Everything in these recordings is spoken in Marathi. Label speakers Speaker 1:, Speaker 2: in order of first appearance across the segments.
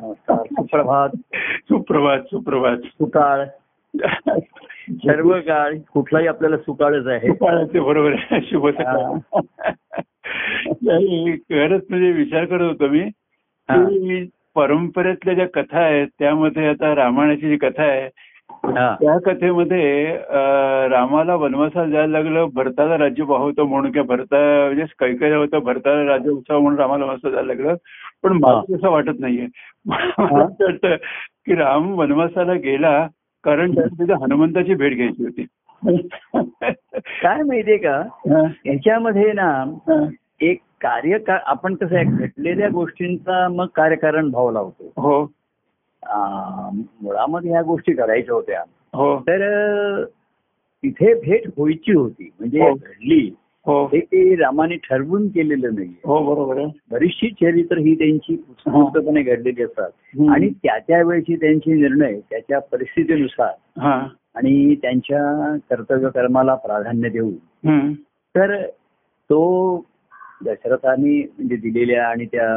Speaker 1: Tá,
Speaker 2: सुप्रभात
Speaker 1: सुप्रभात सुप्रभात
Speaker 2: सुकाळ सर्व काळ कुठलाही आपल्याला सुकाळच आहे
Speaker 1: सुप्रभात, बरोबर आहे. शुभ सकाळ नाही, खरंच म्हणजे विचार करत होतो मी
Speaker 2: हा.
Speaker 1: की परंपरेतल्या ज्या कथा आहेत त्यामध्ये आता रामायणाची जी कथा आहे
Speaker 2: हा.
Speaker 1: त्या कथेमध्ये अं, रामाला वनवासाला जायला लागलं भरताला राज्य होतं म्हणून किंवा भरता म्हणजे कैकय होतं भरताला राज्य उत्सव म्हणून रामाला वनवासाला जायला लागलं पण मला
Speaker 2: हा.
Speaker 1: तसं वाटत नाहीये मला असं वाटतं की राम वनवासाला गेला कारण त्याला तिथे हनुमंताची भेट घ्यायची होती
Speaker 2: काय माहितीये का याच्यामध्ये ना एक कार्य आपण कसं आहे घडलेल्या गोष्टींचा मग कार्यकारण भाव लावतो
Speaker 1: हो
Speaker 2: आ, मुळामध्ये ह्या गोष्टी करायच्या होत्या
Speaker 1: हो
Speaker 2: तर अ, तिथे भेट व्हायची होती म्हणजे
Speaker 1: हो.
Speaker 2: घडली
Speaker 1: हो
Speaker 2: हे काही रामाने ठरवून केलेलं नाही
Speaker 1: हो बरोबर आहे
Speaker 2: बरीचशी चरित्र ही त्यांची पुस्तकपणे घडलेली असतात
Speaker 1: हम्म.
Speaker 2: आणि त्या त्या वेळची त्यांचे निर्णय त्याच्या परिस्थितीनुसार
Speaker 1: हा
Speaker 2: आणि त्यांच्या कर्तव्य कर्माला प्राधान्य देऊन
Speaker 1: हम्म.
Speaker 2: तर तो दशरथाने म्हणजे दिलेल्या आणि त्या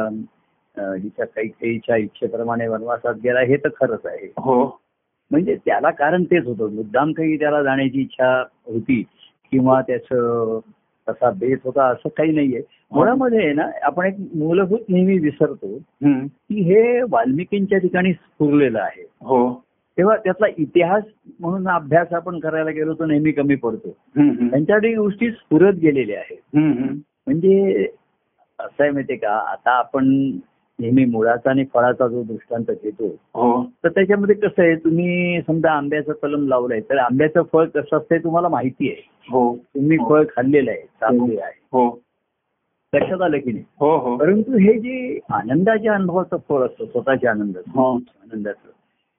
Speaker 2: अं, हिच्या कैकेयीच्या इच्छेप्रमाणे वनवासात गेला हे तर खरंच आहे
Speaker 1: हो
Speaker 2: म्हणजे त्याला कारण तेच होतं मुद्दाम काही त्याला जाण्याची इच्छा होती किंवा त्याचं तसा बेस होता असं काही नाहीये मुळामध्ये आहे ना आपण एक मूलभूत नेहमी विसरतो
Speaker 1: हम्म.
Speaker 2: की हे वाल्मिकींच्या ठिकाणी स्फुरलेलं आहे
Speaker 1: हो
Speaker 2: तेव्हा त्यातला इतिहास म्हणून अभ्यास आपण करायला गेलो तो नेहमी कमी पडतो
Speaker 1: हम्म, हम्म.
Speaker 2: त्यांच्याकडे गोष्टी स्फुरत गेलेल्या आहेत
Speaker 1: हम्म, हम्म.
Speaker 2: म्हणजे असं आहे माहितीये का आता आपण नेहमी मुळाचा आणि फळाचा जो दृष्टांत घेतो
Speaker 1: हो
Speaker 2: तर त्याच्यामध्ये कसं आहे तुम्ही समजा आंब्याचं कलम लावलंय तर आंब्याचं फळ कसं असतंय तुम्हाला माहिती आहे
Speaker 1: हो
Speaker 2: तुम्ही फळ खाल्लेलं आहे चाललेलं आहे
Speaker 1: हो
Speaker 2: लक्षात आलं की नाही
Speaker 1: हो हो
Speaker 2: परंतु हे जे आनंदाच्या अनुभवाचं फळ असतं स्वतःच्या आनंदाचं
Speaker 1: हो
Speaker 2: आनंदाचं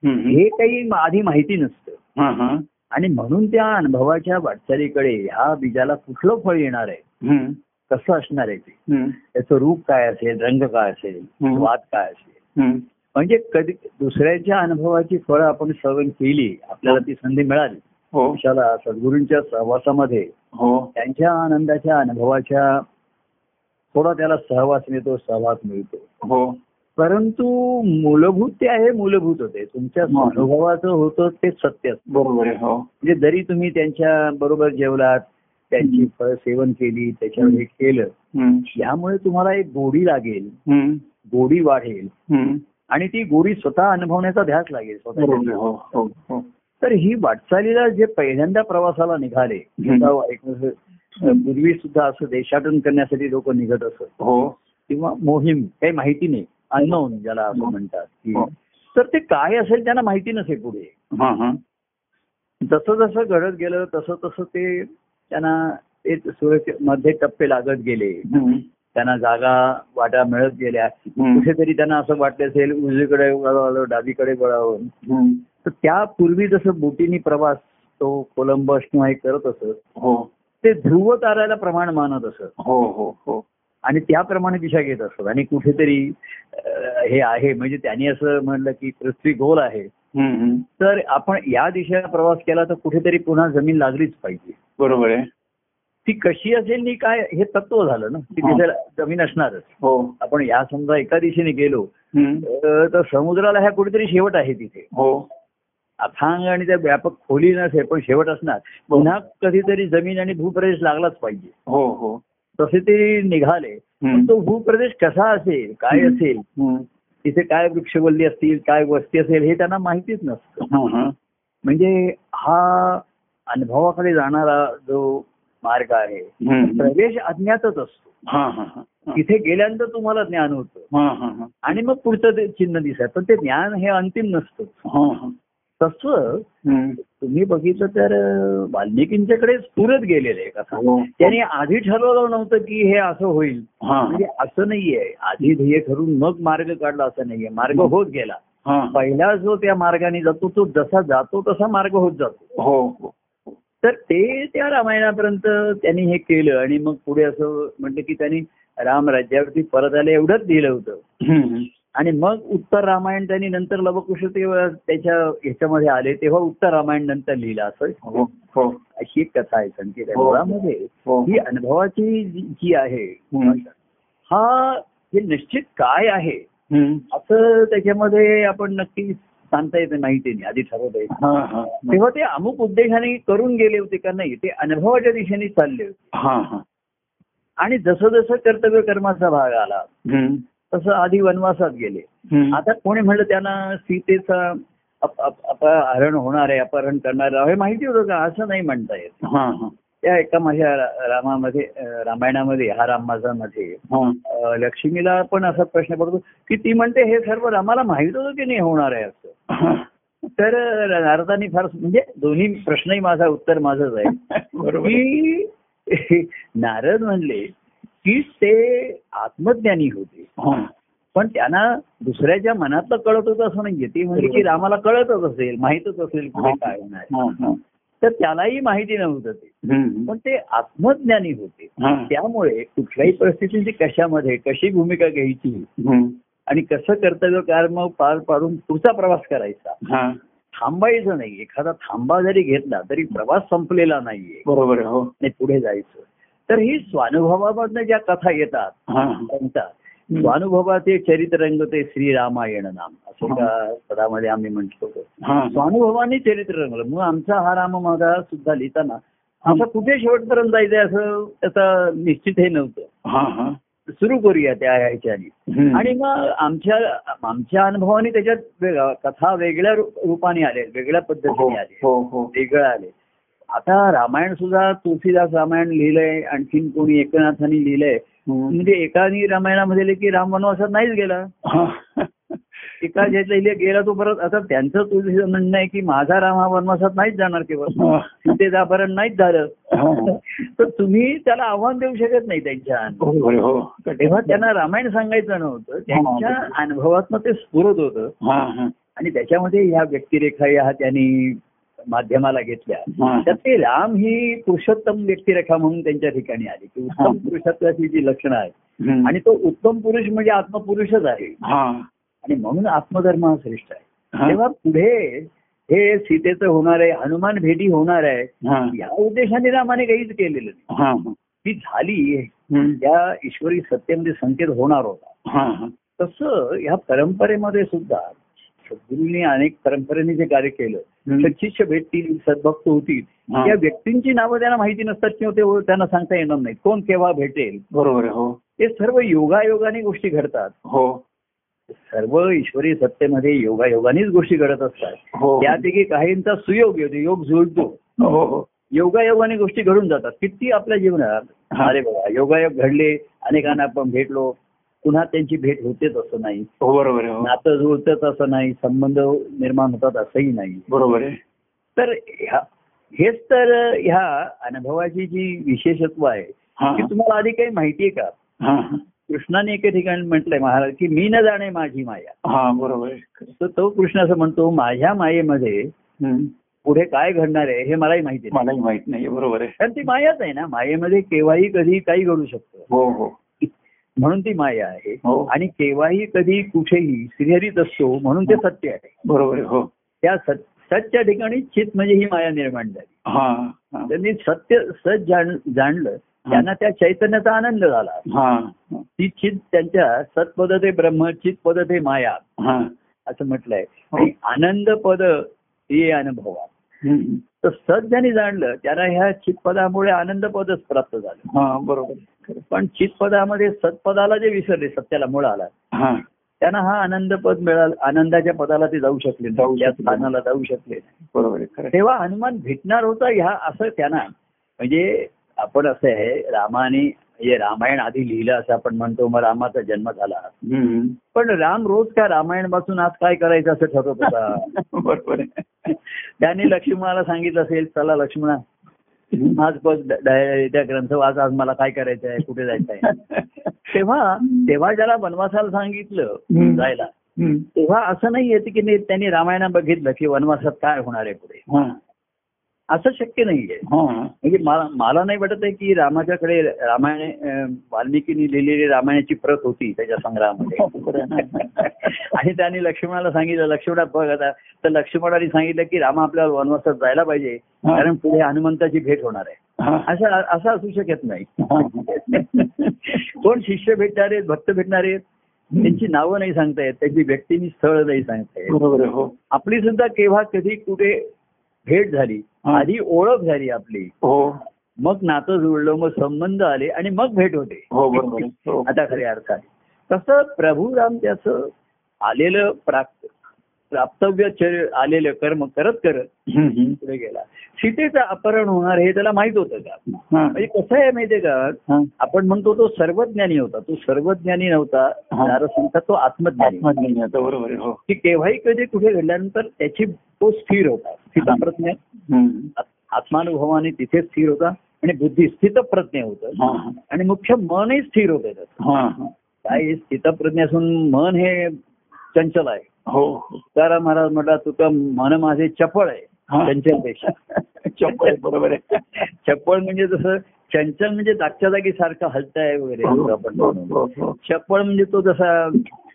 Speaker 1: हम्म, हम्म.
Speaker 2: हे काही म- आधी माहिती नसतं
Speaker 1: हा, हा.
Speaker 2: आणि म्हणून त्या अनुभवाच्या वाटचालीकडे ह्या बीजाला कुठलं फळ येणार आहे
Speaker 1: हम्म,
Speaker 2: कसं असणार आहे ते
Speaker 1: हम्म,
Speaker 2: त्याचं रूप काय असेल रंग काय असेल
Speaker 1: हं.
Speaker 2: स्वाद काय असेल
Speaker 1: हम्म.
Speaker 2: म्हणजे कधी दुसऱ्याच्या अनुभवाची फळं आपण श्रवण केली आपल्याला ती संधी मिळाली
Speaker 1: हो
Speaker 2: पक्षाला सद्गुरूंच्या सहवासामध्ये
Speaker 1: हो
Speaker 2: त्यांच्या आनंदाच्या अनुभवाच्या थोडा त्याला सहवास मिळतो सहवास मिळतो
Speaker 1: हो
Speaker 2: परंतु मूलभूत ते आहे मूलभूत होते तुमच्या
Speaker 1: हो.
Speaker 2: अनुभवाचं होतं ते सत्य असतं.
Speaker 1: बरोबर आहे हो
Speaker 2: म्हणजे जरी तुम्ही त्यांच्या बरोबर जेवलात त्यांची
Speaker 1: हं.
Speaker 2: फळ सेवन केली त्याच्यावर हे केलं
Speaker 1: हम्म,
Speaker 2: यामुळे तुम्हाला एक गोडी लागेल
Speaker 1: हम्म,
Speaker 2: गोडी वाढेल
Speaker 1: हम्म.
Speaker 2: आणि ती गोडी स्वतः अनुभवण्याचा ध्यास लागेल स्वतः
Speaker 1: बरोबर आहे हो हो हो
Speaker 2: तर ही वाटचालीला जे पहिल्यांदा प्रवासाला निघाले
Speaker 1: हम्म.
Speaker 2: आता एक- पूर्वी सुद्धा असं देशाटन करण्यासाठी लोक निघत असत
Speaker 1: हो
Speaker 2: किंवा मोहीम काही माहिती नाही अननोन ज्याला असं म्हणतात की
Speaker 1: हो.
Speaker 2: तर ते काय असेल त्यांना माहिती नसे पुढे
Speaker 1: हा, हा.
Speaker 2: जसं जसं घडत गेलं तसं तसं ते त्यांना ते सुरक्षे- मध्ये टप्पे लागत गेले
Speaker 1: हम्म,
Speaker 2: त्यांना जागा वाटा मिळत गेल्या
Speaker 1: हम्म,
Speaker 2: कुठेतरी त्यांना असं वाटलं असेल उजवीकडे वळावं डावीकडे वळावं
Speaker 1: हम्म.
Speaker 2: तर त्यापूर्वी जसं बोटीनी प्रवास तो कोलंबस किंवा हे करत असत
Speaker 1: हो
Speaker 2: ते ध्रुव ताराला प्रमाण मानत असत
Speaker 1: हो हो हो
Speaker 2: आणि त्याप्रमाणे दिशा घेत असत आणि कुठेतरी अं, हे आहे म्हणजे त्यांनी असं म्हणलं की पृथ्वी गोल आहे
Speaker 1: हम्म, हम्म.
Speaker 2: तर आपण या दिशेला प्रवास केला तर कुठेतरी पुन्हा जमीन लागलीच पाहिजे
Speaker 1: बरोबर आहे
Speaker 2: ती कशी असेल नी काय हे तत्व झालं ना ती
Speaker 1: हा.
Speaker 2: दिशेला जमीन असणारच
Speaker 1: हो
Speaker 2: आपण या समजा एका दिशेने गेलो
Speaker 1: हम्म,
Speaker 2: अं, तर समुद्राला ह्या कुठेतरी शेवट आहे तिथे
Speaker 1: हो
Speaker 2: अथांग आणि त्या व्यापक खोली नसेल पण शेवट असणार पुन्हा कधीतरी जमीन आणि भूप्रदेश लागलाच पाहिजे
Speaker 1: हो हो
Speaker 2: तसे ते निघाले पण
Speaker 1: हम्म,
Speaker 2: तो भूप्रदेश कसा असेल काय
Speaker 1: हम्म.
Speaker 2: असेल
Speaker 1: हम्म.
Speaker 2: तिथे काय वृक्षवल्ली असतील काय वस्ती असेल हे त्यांना माहितीच नसतं
Speaker 1: हा, हा.
Speaker 2: म्हणजे हा अनुभवाकडे जाणारा जो मार्ग आहे
Speaker 1: हम्म.
Speaker 2: प्रवेश अज्ञातच असतो
Speaker 1: हा, हा, हा.
Speaker 2: तिथे गेल्यानंतर तुम्हाला ज्ञान होतं
Speaker 1: हा, हा, हा.
Speaker 2: आणि मग पुढचं ते चिन्ह दिसत पण ते ज्ञान हे अंतिम नसतं
Speaker 1: हा, हा.
Speaker 2: तसं
Speaker 1: हम्म.
Speaker 2: तुम्ही बघितलं तर अं, वाल्मिकींच्याकडे पुरत गेलेलं आहे कथा
Speaker 1: हो.
Speaker 2: त्यांनी आधी ठरवलं नव्हतं की हे असं होईल
Speaker 1: हा,
Speaker 2: म्हणजे असं नाहीये आधी ध्येय ठरून मग मार्ग काढला असं नाहीये मार्ग होत गेला
Speaker 1: हा.
Speaker 2: पहिला जो त्या मार्गाने जातो तो जसा जातो तसा मार्ग होत जातो
Speaker 1: हो, हो.
Speaker 2: तर ते त्या रामायणापर्यंत त्यांनी हे केलं आणि मग पुढे असं म्हटलं की त्यांनी राम राज्यावरती परत आले एवढंच लिहिलं होतं
Speaker 1: हम्म.
Speaker 2: आणि मग उत्तर रामायण त्यांनी नंतर लवकुश तेव्हा त्याच्या ह्याच्यामध्ये आले तेव्हा उत्तर रामायण नंतर लिहिलं असं
Speaker 1: हो, हो,
Speaker 2: अशी एक कथा आहे संकेत
Speaker 1: हो.
Speaker 2: मुळामध्ये
Speaker 1: हो.
Speaker 2: ही अनुभवाची जी जी आहे
Speaker 1: हम्म.
Speaker 2: हा हे निश्चित काय आहे
Speaker 1: हम्म.
Speaker 2: असं त्याच्यामध्ये आपण नक्की सांगता येते माहिती नाही आधी ठरवता येत नाही.
Speaker 1: हा हा
Speaker 2: तेव्हा ते अमुक उद्देशाने करून गेले होते का नाही ते अनुभवाच्या दिशेने चालले होते
Speaker 1: हा हा
Speaker 2: आणि जसं जसं कर्तव्य कर्माचा भाग आला
Speaker 1: हम्म.
Speaker 2: तसं आधी वनवासात गेले
Speaker 1: हम्म.
Speaker 2: आता कोणी म्हणलं त्यांना सीतेचा अप- अप- अपहरण होणार आहे अपहरण करणार आहे हे माहिती होतं का असं नाही म्हणता येत
Speaker 1: हा हा
Speaker 2: त्या एका माझ्या रा- रामामध्ये अं, रामायणामध्ये हा राम माझा मध्ये
Speaker 1: हा
Speaker 2: अं, लक्ष्मीला पण असा प्रश्न पडतो की ती म्हणते हे सर्व रामाला माहित होतं की नाही होणार आहे असं तर अं, नारदांनी फार म्हणजे दोन्ही प्रश्नही माझा उत्तर माझंच आहे
Speaker 1: बरोबर आहे.
Speaker 2: की नारद म्हणले की ते आत्मज्ञानी होते
Speaker 1: हा.
Speaker 2: पण त्यांना दुसऱ्याच्या मनातलं कळत होतं असं नाहीये ती म्हणजे की रामाला कळतच असेल माहीतच असेल पुढे काय होणार आहे.
Speaker 1: हा, हा.
Speaker 2: तर त्यालाही माहिती नव्हतं ते
Speaker 1: हम्म.
Speaker 2: पण ते आत्मज्ञानी होते
Speaker 1: हा.
Speaker 2: त्यामुळे कुठल्याही परिस्थितीची कशामध्ये कशी भूमिका घ्यायची
Speaker 1: हम्म.
Speaker 2: आणि कसं कर्तव्य कर्म पार पाडून पुढचा प्रवास करायचा
Speaker 1: हा.
Speaker 2: थांबायचं नाही एखादा थांबा जरी घेतला तरी प्रवास संपलेला नाहीये
Speaker 1: बरोबर आहे हो
Speaker 2: आणि पुढे जायचं तर ही स्वानुभवामधनं ज्या कथा येतात
Speaker 1: हा
Speaker 2: म्हणतात स्वानुभवाचे चरित्र रंगते श्रीरामायण नाम असं
Speaker 1: हा.
Speaker 2: का पदामध्ये आम्ही म्हटलो होतो
Speaker 1: हा
Speaker 2: स्वानुभवाने चरित्र रंगलं मग आमचा हा राम माझा सुद्धा लिहिताना असं कुठे शेवटपर्यंत जायचंय असं त्याचा निश्चित हे नव्हतं
Speaker 1: हा हा
Speaker 2: सुरू करूया त्या ह्याच्याने
Speaker 1: हम्म.
Speaker 2: आणि मग आमच्या आमच्या अनुभवाने त्याच्यात वेगळा कथा वेगळ्या रू- रूपाने आल्या वेगळ्या
Speaker 1: हो
Speaker 2: पद्धतीने आले
Speaker 1: हो हो
Speaker 2: वेगळं आले आता रामायण सुद्धा तुलसीदास रामायण लिहिलंय आणखीन कोणी एकनाथांनी लिहिलंय
Speaker 1: हम्म.
Speaker 2: म्हणजे एकानी रामायणामध्ये लिहिलं की राम वनवासात नाहीच गेला
Speaker 1: हा.
Speaker 2: एका ज्यातला लिहिलं गेला तो परत आता त्यांचं तुझं म्हणणं आहे की माझा राम हा वनवासात नाहीच जाणार केवळ
Speaker 1: हा.
Speaker 2: सीतेदाभरण नाहीच झालं
Speaker 1: हा.
Speaker 2: तर तुम्ही त्याला आव्हान देऊ शकत नाही त्यांच्या अनुभव.
Speaker 1: बरोबर आहे, हो
Speaker 2: तेव्हा त्यांना रामायण सांगायचं नव्हतं त्यांच्या अनुभवातनं ते स्फुरत होतं
Speaker 1: हा हा
Speaker 2: आणि त्याच्यामध्ये ह्या व्यक्तिरेखा ह्या त्यांनी माध्यमाला घेतल्या
Speaker 1: हा.
Speaker 2: तर ते राम ही पुरुषोत्तम व्यक्तिरेखा म्हणून त्यांच्या ठिकाणी आली की उत्तम पुरुषत्वाची जी लक्षणं आहेत
Speaker 1: हम्म.
Speaker 2: आणि तो उत्तम पुरुष म्हणजे आत्मपुरुषच आहे
Speaker 1: हा
Speaker 2: आणि म्हणून आत्मधर्म हा श्रेष्ठ आहे
Speaker 1: हा
Speaker 2: तेव्हा पुढे हे सीतेचं होणार आहे हनुमान भेटी होणार आहे
Speaker 1: हा
Speaker 2: या उद्देशाने रामाने काहीच केलेलं नाही
Speaker 1: हा हा.
Speaker 2: ती झाली
Speaker 1: हम्म.
Speaker 2: या ईश्वरी सत्तेमध्ये संकेत होणार होता
Speaker 1: हा हा
Speaker 2: तसं ह्या परंपरेमध्ये सुद्धा सद्गुरूंनी अनेक परंपरेने जे कार्य केलं
Speaker 1: हम्म.
Speaker 2: शिष्य भेटतील सद्भक्त होतील
Speaker 1: हा.
Speaker 2: त्या व्यक्तींची नावं त्यांना माहिती नसतात किंवा ते ओळ- त्यांना सांगता येणार नाही कोण केव्हा भेटेल
Speaker 1: बरोबर आहे, हो
Speaker 2: ते सर्व योगायोगाने गोष्टी घडतात
Speaker 1: हो
Speaker 2: सर्व ईश्वरी सत्तेमध्ये योगायोगानेच गोष्टी घडत असतात
Speaker 1: हो
Speaker 2: त्यापैकी काहींचा सुयोग येतो योग जुळतो
Speaker 1: हो हो
Speaker 2: योगायोगाने गोष्टी घडून जातात किती आपल्या जीवनात
Speaker 1: हा.
Speaker 2: अरे बाबा योगायोग घडले अनेकांना आपण भेटलो पुन्हा त्यांची भेट होतेच असं नाही
Speaker 1: हो बरोबर आहे, हो
Speaker 2: नातं जुळतच असं नाही संबंध निर्माण होतात असंही नाही
Speaker 1: बरोबर आहे
Speaker 2: तर ह्या- हेच तर ह्या अनुभवाची जी विशेषत्व आहे
Speaker 1: हा
Speaker 2: की तुम्हाला आधी काही माहिती आहे का
Speaker 1: हा हा.
Speaker 2: कृष्णाने एके ठिकाणी म्हटलंय महाराज की मी न जाणे माझी माया
Speaker 1: हा बरोबर आहे
Speaker 2: तर तो कृष्ण असं म्हणतो माझ्या मायेमध्ये
Speaker 1: हम्म.
Speaker 2: पुढे काय घडणार आहे हे मलाही माहिती नाही
Speaker 1: मलाही माहित नाही बरोबर आहे
Speaker 2: कारण ती मायाच आहे ना मायेमध्ये केव्हाही कधी काही घडू शकतं
Speaker 1: हो हो
Speaker 2: म्हणून ती माया आहे
Speaker 1: हो.
Speaker 2: आणि केव्हाही कधी कुठेही श्रीहरीत असतो म्हणून ते सत्य आहे
Speaker 1: बरोबर आहे हो
Speaker 2: त्या सत- सतच्या ठिकाणी चित म्हणजे ही माया निर्माण झाली
Speaker 1: हा हा
Speaker 2: त्यांनी सत्य सत जाण जाणलं त्यांना त्या चैतन्याचा आनंद झाला
Speaker 1: हा
Speaker 2: ती चित त्यांच्या सत्पद ते ब्रह्म चित पद ते माया
Speaker 1: हा
Speaker 2: असं म्हटलंय आणि आनंद पद हे अनुभवा
Speaker 1: हम्म.
Speaker 2: तर सत ज्यांनी जाणलं त्याला ह्या चितपदामुळे आनंद पदच प्राप्त झालं
Speaker 1: हा बरोबर आहे.
Speaker 2: पण चितपदामध्ये सत्पदाला जे विसरले सत्याला मुळाला
Speaker 1: हा
Speaker 2: त्यांना हा आनंद पद मिळाला आनंदाच्या पदाला ते जाऊ शकले
Speaker 1: जाऊ
Speaker 2: नाही, या
Speaker 1: शकले.
Speaker 2: स्थानाला जाऊ शकले नाही.
Speaker 1: बरोबर आहे खरं आहे.
Speaker 2: तेव्हा हनुमान भेटणार होता ह्या असं त्यांना म्हणजे आपण असं आहे रामाने म्हणजे रामायण आधी लिहिलं असं आपण म्हणतो मग रामाचा जन्म झाला
Speaker 1: हम्म.
Speaker 2: पण राम रोज का रामायण पासून आज काय करायचं असं ठरवत होता
Speaker 1: बरोबर आहे
Speaker 2: त्याने लक्ष्मणाला सांगितलं असेल चला लक्ष्मणा
Speaker 1: हम्म.
Speaker 2: आज बघ ड- ड- त्या ग्रंथ वाच आज मला काय करायचं आहे कुठे जायचं आहे तेव्हा तेव्हा ज्याला वनवासाला सांगितलं
Speaker 1: हम्म.
Speaker 2: जायला
Speaker 1: हम्म.
Speaker 2: तेव्हा असं नाही येत की नाही त्यांनी रामायणा बघितलं की वनवासात काय होणार आहे पुढे
Speaker 1: हा
Speaker 2: असं शक्य नाहीये
Speaker 1: हा
Speaker 2: म्हणजे मला मला नाही वाटत आहे की रामाच्याकडे रामायण अं, वाल्मिकीने लिहिलेली रामायणाची प्रत होती त्याच्या संग्रहामध्ये
Speaker 1: बरोबर हो, आहे.
Speaker 2: आणि त्याने लक्ष्मणाला सांगितलं लक्ष्मणा बघ आता तर लक्ष्मणाने सांगितलं की रामा आपल्याला वनवासात जायला पाहिजे
Speaker 1: हा.
Speaker 2: कारण पुढे हनुमंताची भेट होणार आहे
Speaker 1: हा.
Speaker 2: असं असं असू शकत नाही
Speaker 1: हा.
Speaker 2: कोण शिष्य भेटणार आहेत भक्त भेटणार आहेत त्यांची नावं नाही सांगता येत त्यांची व्यक्तीनी स्थळ नाही सांगता येत
Speaker 1: बरोबर आहे, हो
Speaker 2: आपली सुद्धा केव्हा कधी कुठे भेट झाली
Speaker 1: हा.
Speaker 2: आधी ओळख झाली आपली
Speaker 1: हो
Speaker 2: मग नातं जुळलं मग संबंध आले आणि मग भेट होते
Speaker 1: हो बरोबर आहे. हो
Speaker 2: आता खऱ्या अर्थात तसं प्रभू राम त्याचं आलेलं प्राप्त प्राप्तव्य चर- आलेलं कर्म करत करत
Speaker 1: हम्म, हम्म.
Speaker 2: पुढे गेला सीतेचं अपहरण होणार हे त्याला माहित होतं का
Speaker 1: हा,
Speaker 2: म्हणजे कसं आहे माहितीये का
Speaker 1: हा.
Speaker 2: आपण म्हणतो तो सर्वज्ञानी होता तो सर्वज्ञानी नव्हता
Speaker 1: हा.
Speaker 2: सारसंख्या तो आत्मज्ञानी होता.
Speaker 1: आत्मज्ञानी आहे आता बरोबर आहे हो
Speaker 2: की केव्हाही कधी कुठे घडल्यानंतर त्याची तो स्थिर होता स्थितप्रज्ञ
Speaker 1: हम्म.
Speaker 2: आत्मानुभवाने तिथे स्थिर होता आणि बुद्धी स्थितप्रज्ञ होतं
Speaker 1: हा, हा.
Speaker 2: आणि मुख्य मनही स्थिर होतं त्याचं
Speaker 1: हा, हा.
Speaker 2: काय हे स्थितप्रज्ञ असून मन हे चंचल आहे
Speaker 1: हो हो.
Speaker 2: तुकाराम महाराज म्हटला तुका मन माझे चपळ आहे
Speaker 1: हा.
Speaker 2: चंचल पेक्षा
Speaker 1: चपळ आहे, बरोबर आहे
Speaker 2: चपळ म्हणजे जसं चंचल म्हणजे जागच्या जागी सारखं हलताय वगैरे असं आपण
Speaker 1: हो,
Speaker 2: म्हणू.
Speaker 1: हो, हो.
Speaker 2: चपळ म्हणजे तो जसा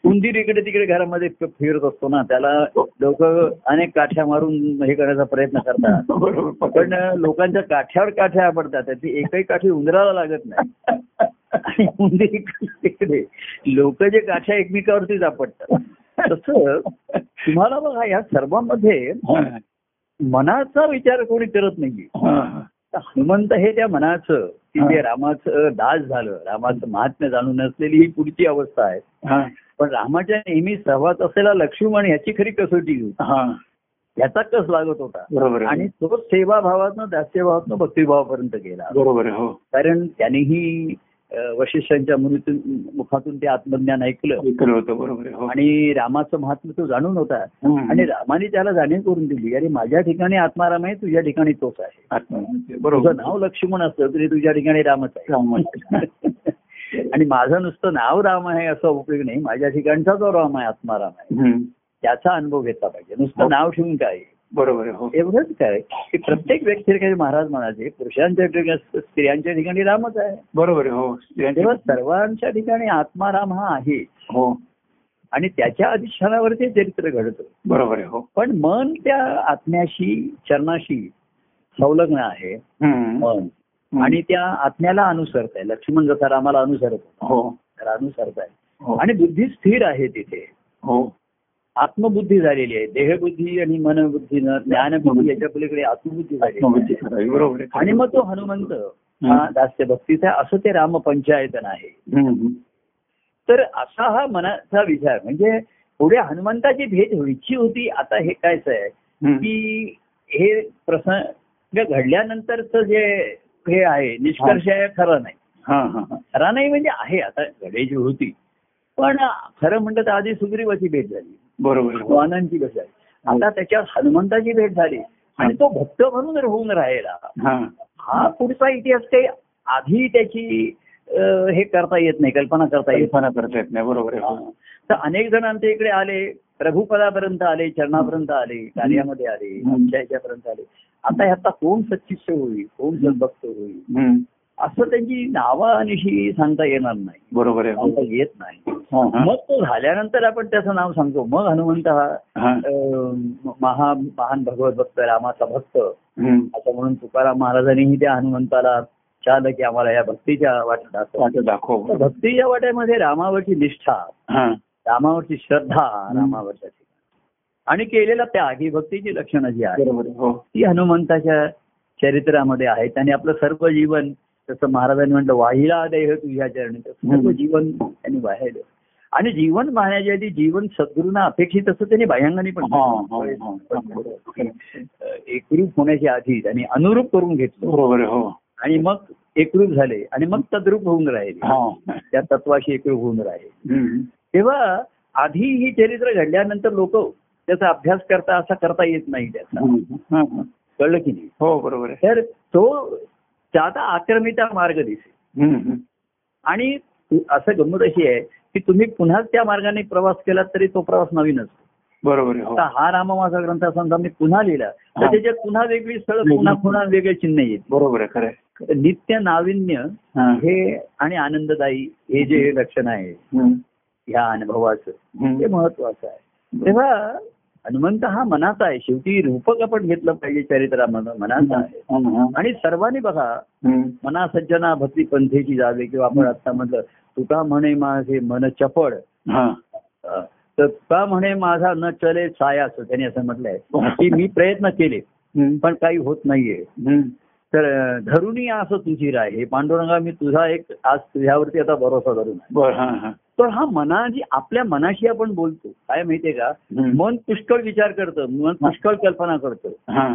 Speaker 2: उंदीर इकडे तिकडे घरामध्ये फ- फिरत असतो ना त्याला
Speaker 1: हो.
Speaker 2: लोक अनेक काठ्या मारून हे करण्याचा प्रयत्न करतात
Speaker 1: बरोबर
Speaker 2: पण
Speaker 1: पकडणं
Speaker 2: लोकांच्या काठ्यावर काठ्या पडतात त्याची एकही काठी उंदराला लागत नाही आणि उंदीर इकडे तिकडे लोक जे काठ्या एकमेकावरती आपटतात तसं तुम्हाला बघा या सर्वांमध्ये
Speaker 1: हा,
Speaker 2: मनाचा विचार कोणी करत नाहीये
Speaker 1: हा, हा.
Speaker 2: तर हनुमंत हे त्या मनाचं की जे रामाचं दास झालं रामाचं महात्म्य जाणून असलेली ही पुढची अवस्था आहे
Speaker 1: हा,
Speaker 2: पण रामाच्या नेहमी सहवास असलेला लक्ष्मण ह्याची खरी कसोटी घेऊ
Speaker 1: हा.
Speaker 2: ह्याचा कस लागत होता
Speaker 1: बरोबर आहे
Speaker 2: आणि तो सेवाभावातनं दास्यभावातनं भक्तिभावापर्यंत गेला
Speaker 1: बरोबर आहे हो
Speaker 2: कारण त्यांनीही अं, वशिष्ठांच्या मृत्यू मुखातून ते आत्मज्ञान ऐकलं
Speaker 1: ऐकलं होतं बरोबर आहे हो
Speaker 2: आणि रामाचं महात्म्य तो जाणून होता
Speaker 1: हम्म.
Speaker 2: आणि रामाने त्याला जाणीव करून दिली अरे माझ्या ठिकाणी आत्माराम आहे तुझ्या ठिकाणी तोच आहे
Speaker 1: आत्मज्ञानी.
Speaker 2: तुझं
Speaker 1: बरोबर
Speaker 2: नाव लक्ष्मण असतं तरी तुझ्या ठिकाणी रामच आहे
Speaker 1: रामाचं.
Speaker 2: आणि माझं नुसतं नाव राम आहे असं उपयोग नाही माझ्या ठिकाणचा जो राम आहे आत्माराम आहे
Speaker 1: हम्म.
Speaker 2: त्याचा अनुभव घेतला पाहिजे
Speaker 1: हो.
Speaker 2: नुसतं नाव ठेवून काय
Speaker 1: बरोबर आहे हो
Speaker 2: एवढंच काय की प्रत्येक व्यक्ती महाराज म्हणाले पुरुषांच्या ठिकाणी स्त्रियांच्या ठिकाणी रामच आहे
Speaker 1: बरोबर आहे हो स्त्रियांचे-
Speaker 2: तेव्हा सर्वांच्या ठिकाणी आत्माराम हा आहे
Speaker 1: हो
Speaker 2: आणि त्याच्या अधिष्ठानावरती चरित्र घडतं
Speaker 1: बरोबर आहे हो
Speaker 2: पण मन त्या आत्म्याशी चरणाशी संलग्न आहे
Speaker 1: हम्म.
Speaker 2: मन हो. आणि त्या आत्म्याला अनुसरत आहे लक्ष्मण जसा रामाला अनुसरत होता,
Speaker 1: हो
Speaker 2: त्याला अनुसरत आहे
Speaker 1: हो
Speaker 2: आणि बुद्धी स्थिर आहे तिथे
Speaker 1: हो
Speaker 2: आत्मबुद्धी झालेली आहे देहबुद्धी आणि मनबुद्धी न- ज्ञानबुद्धी याच्या पलीकडे आत्मबुद्धी झालेली
Speaker 1: आत्मबुद्धी
Speaker 2: आहे
Speaker 1: करावी, बरोबर आहे
Speaker 2: आणि मग तो हनुमंत हा दास्य भक्तीचा असं ते रामपंचायतन आहे
Speaker 1: हम्म.
Speaker 2: तर असा हा मनाचा विचार म्हणजे पुढे हनुमंताची भेट व्हायची होती आता हे कायच आहे
Speaker 1: हम्म.
Speaker 2: की हे प्रसंग घडल्यानंतरच जे हे आहे निष्कर्ष आहे खरा नाही
Speaker 1: हा हा हा.
Speaker 2: खरा नाही म्हणजे आहे आता घडेची होती पण खरं म्हणतात आधी सुग्रीवाची भेट झाली
Speaker 1: बरोबर आहे. हो.
Speaker 2: वाहनांची भेट झाली आता त्याच्यावर हनुमंताची भेट झाली आणि तो भक्त म्हणून होऊन राहिला
Speaker 1: हा
Speaker 2: हा पुढचा इतिहास काही आधी त्याची अं, हे करता येत नाही कल्पना करता येत
Speaker 1: कल्पना करता येत नाही बरोबर आहे
Speaker 2: नाही
Speaker 1: हो
Speaker 2: तर अनेक जण आमच्या इकडे आले प्रभुपदापर्यंत आले चरणापर्यंत आले कार्यामध्ये आले
Speaker 1: हम्म.
Speaker 2: आमच्या ह्याच्यापर्यंत आले आता ह्याचा कोण सच्चिष्य होईल कोण सद्भक्त होईल
Speaker 1: हम्म.
Speaker 2: असं त्यांची नावानिशी सांगता येणार नाही
Speaker 1: बरोबर आहे हो
Speaker 2: सांगता येत नाही
Speaker 1: हा, हा.
Speaker 2: मग तो झाल्यानंतर आपण त्याचं नाव सांगतो मग हनुमंत हा
Speaker 1: हा.
Speaker 2: अं, महा महान भगवत भक्त रामाचा भक्त
Speaker 1: हम्म.
Speaker 2: आता म्हणून तुकाराम महाराजांनीही त्या हनुमंताला चाल की आम्हाला या भक्तीच्या वाटेत दाखवा.
Speaker 1: वाटं दाखव
Speaker 2: तर भक्तीच्या वाट्यामध्ये रामावरची निष्ठा
Speaker 1: हा
Speaker 2: रामावरची श्रद्धा रामावरच्या ठिकाणी. आणि केलेला त्याग ही भक्तीची लक्षणं जी आहेत
Speaker 1: बरोबर आहे. हो
Speaker 2: ती हनुमंताच्या चरित्रामध्ये आहेत आणि आपलं सर्व जीवन जसं महाराजांनी म्हटलं वाहिला देह तुझ्या चरणी तसं सर्व
Speaker 1: हम्म.
Speaker 2: जीवन त्यांनी वाहिलं आणि जीवन वाहण्याच्या आधी जीवन सद्गुरूंना अपेक्षित असं त्यांनी बाह्यांगाने पण
Speaker 1: हा,
Speaker 2: केलं.
Speaker 1: हा, हा.
Speaker 2: अं, एकरूप होण्याच्या आधी त्यांनी अनुरूप करून घेतलं
Speaker 1: बरोबर आहे हो
Speaker 2: आणि मग एकरूप झाले आणि मग तद्रूप होऊन राहिले
Speaker 1: हा
Speaker 2: त्या तत्वाशी एकरूप होऊन राहिले
Speaker 1: हम्म.
Speaker 2: तेव्हा आधी ही चरित्र घडल्यानंतर लोक त्याचा अभ्यास करता असा करता येत नाही त्याचा
Speaker 1: हम्म. हा, हा.
Speaker 2: कळलं की नाही
Speaker 1: हो बरोबर आहे
Speaker 2: तर तो त्याचा आक्रमिता मार्ग दिसेल
Speaker 1: हम्म, हम्म.
Speaker 2: आणि असं गंमत अशी आहे की तुम्ही पुन्हा त्या मार्गाने प्रवास केला तरी तो प्रवास नवीन असतो
Speaker 1: बरोबर आहे हो
Speaker 2: आता हा राममाचा ग्रंथ समजा मी पुन्हा लिहिला तर
Speaker 1: हा.
Speaker 2: त्याच्यात पुन्हा वेगळी स्थळ पुन्हा पुन्हा वेगळे चिन्ह येत
Speaker 1: बरोबर आहे खरं आहे.
Speaker 2: नित्य नाविन्य
Speaker 1: हा.
Speaker 2: हे आणि आनंददायी हे जे लक्षण आहे
Speaker 1: हम्म.
Speaker 2: ह्या अनुभवाचं ते
Speaker 1: हम्म.
Speaker 2: महत्वाचं आहे तेव्हा हनुमंत हा मनाचा आहे शेवटी रूपक आपण घेतलं पाहिजे चरित्रामध्ये मनाचा आहे
Speaker 1: हा, हा.
Speaker 2: आणि सर्वांनी बघा
Speaker 1: हम्म.
Speaker 2: मना सज्जना भक्ती पंथेची जावे किंवा आपण आता म्हटलं तुका म्हणे माझे मन चपड
Speaker 1: हा
Speaker 2: अ, तर का म्हणे माझा न चले साया असं त्यांनी असं म्हटलंय की मी प्रयत्न केले
Speaker 1: हम्म.
Speaker 2: पण काही होत नाहीये
Speaker 1: हम्म.
Speaker 2: तर अ, धरुणी असं तुझी राय हे पांडुरंगा मी तुझा एक आज तुझ्यावरती आता भरोसा धरून आहे.
Speaker 1: बर हा हा
Speaker 2: तर हा मनाजी आपल्या मनाशी आपण बोलतो काय माहितीये का
Speaker 1: हम्म.
Speaker 2: मन पुष्कळ विचार करतं मन पुष्कळ कल्पना करतं
Speaker 1: हा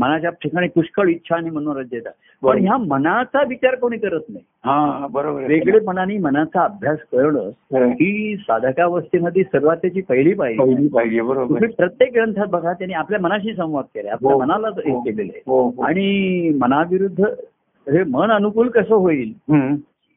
Speaker 2: मनाच्या ठिकाणी पुष्कळ इच्छा आणि मनोरंजन येतात. पण
Speaker 1: बरोबर.
Speaker 2: ह्या मनाचा विचार कोणी करत नाही
Speaker 1: हा बरोबर आहे.
Speaker 2: वेगळेपणाने मनाचा अभ्यास करणं
Speaker 1: खरं आहे.
Speaker 2: ही साधकावस्थेमध्ये सर्वात त्याची पहिली पायरी आहे.
Speaker 1: पहिली पाहिजे बरोबर
Speaker 2: तुम्ही
Speaker 1: आहे.
Speaker 2: प्रत्येक ग्रंथात बघा त्यांनी आपल्या मनाशी संवाद केला आपल्या
Speaker 1: हो.
Speaker 2: मनाला हे
Speaker 1: हो.
Speaker 2: केलेलं आहे
Speaker 1: हो हो.
Speaker 2: आणि मनाविरुद्ध हे मन अनुकूल कसं होईल
Speaker 1: हम्म.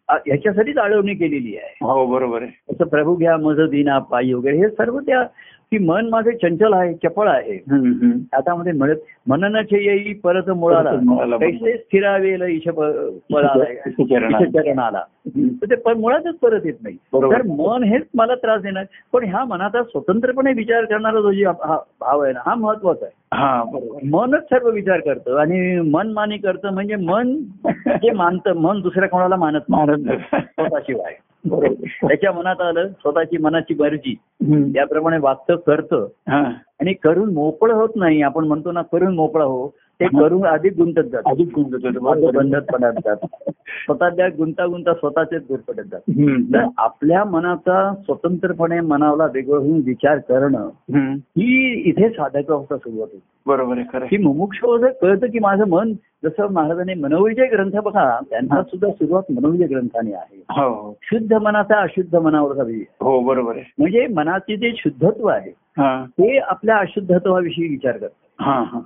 Speaker 2: आ- ह्याच्यासाठीच आळवणी केलेली आहे
Speaker 1: हो बरोबर आहे
Speaker 2: असं प्रभू घ्या मज दिना पायी वगैरे हे सर्व त्या की मन माझे चंचल आहे चपळ आहे
Speaker 1: हम्म, हम्म.
Speaker 2: आता मध्ये मिळत मननाचे येई परत
Speaker 1: परत मुळाला.
Speaker 2: मुळाला कैसे स्थिरावेल ईश पळाला
Speaker 1: इशचरणाला.
Speaker 2: चरणाला
Speaker 1: हम्म.
Speaker 2: तर ते पण मुळातच परत येत नाही
Speaker 1: बरोबर.
Speaker 2: तर मन हेच मला त्रास देणार पण ह्या मनाचा स्वतंत्रपणे विचार करणारा जो जी हा भाव आहे ना हा महत्वाचा आहे
Speaker 1: हा बरोबर
Speaker 2: मनच सर्व विचार करतं आणि मन मानी करतं म्हणजे मन जे मानतं मन दुसऱ्या कोणाला मानत नाही
Speaker 1: मारत नाही.
Speaker 2: स्वतःशिवाय
Speaker 1: बरोबर
Speaker 2: त्याच्या मनात आलं स्वतःची मनाची मर्जी
Speaker 1: हम्म.
Speaker 2: त्याप्रमाणे वागतं करतं
Speaker 1: हा.
Speaker 2: आणि करून मोकळं होत नाही आपण म्हणतो ना करून मोकळा हो ते
Speaker 1: हा.
Speaker 2: करून अधिक गुंतत जात
Speaker 1: अधिक गुंतत होतं. बरोबर.
Speaker 2: बंधत पडत जात स्वतःच्या गुंतागुंता स्वतःचेच दूर पडत जात
Speaker 1: हम्म.
Speaker 2: तर आपल्या मनाचा स्वतंत्रपणे मनाला वेगळं होऊन विचार करणं
Speaker 1: हम्म.
Speaker 2: ही इथे साधक अवस्था सुरुवात होती
Speaker 1: बरोबर आहे खरं आहे.
Speaker 2: की मुमुक्ष कळतं की माझं मन जसं महाराजांनी मनोविजय ग्रंथ बघा त्यांचा सुद्धा सुरुवात मनोविजय ग्रंथाने आहे
Speaker 1: हो हो.
Speaker 2: शुद्ध मनाचा अशुद्ध मनावर हवी
Speaker 1: हो बरोबर आहे
Speaker 2: म्हणजे मनाचे जे शुद्धत्व आहे
Speaker 1: हा
Speaker 2: ते आपल्या अशुद्धत्वाविषयी विचार करतात
Speaker 1: हा हा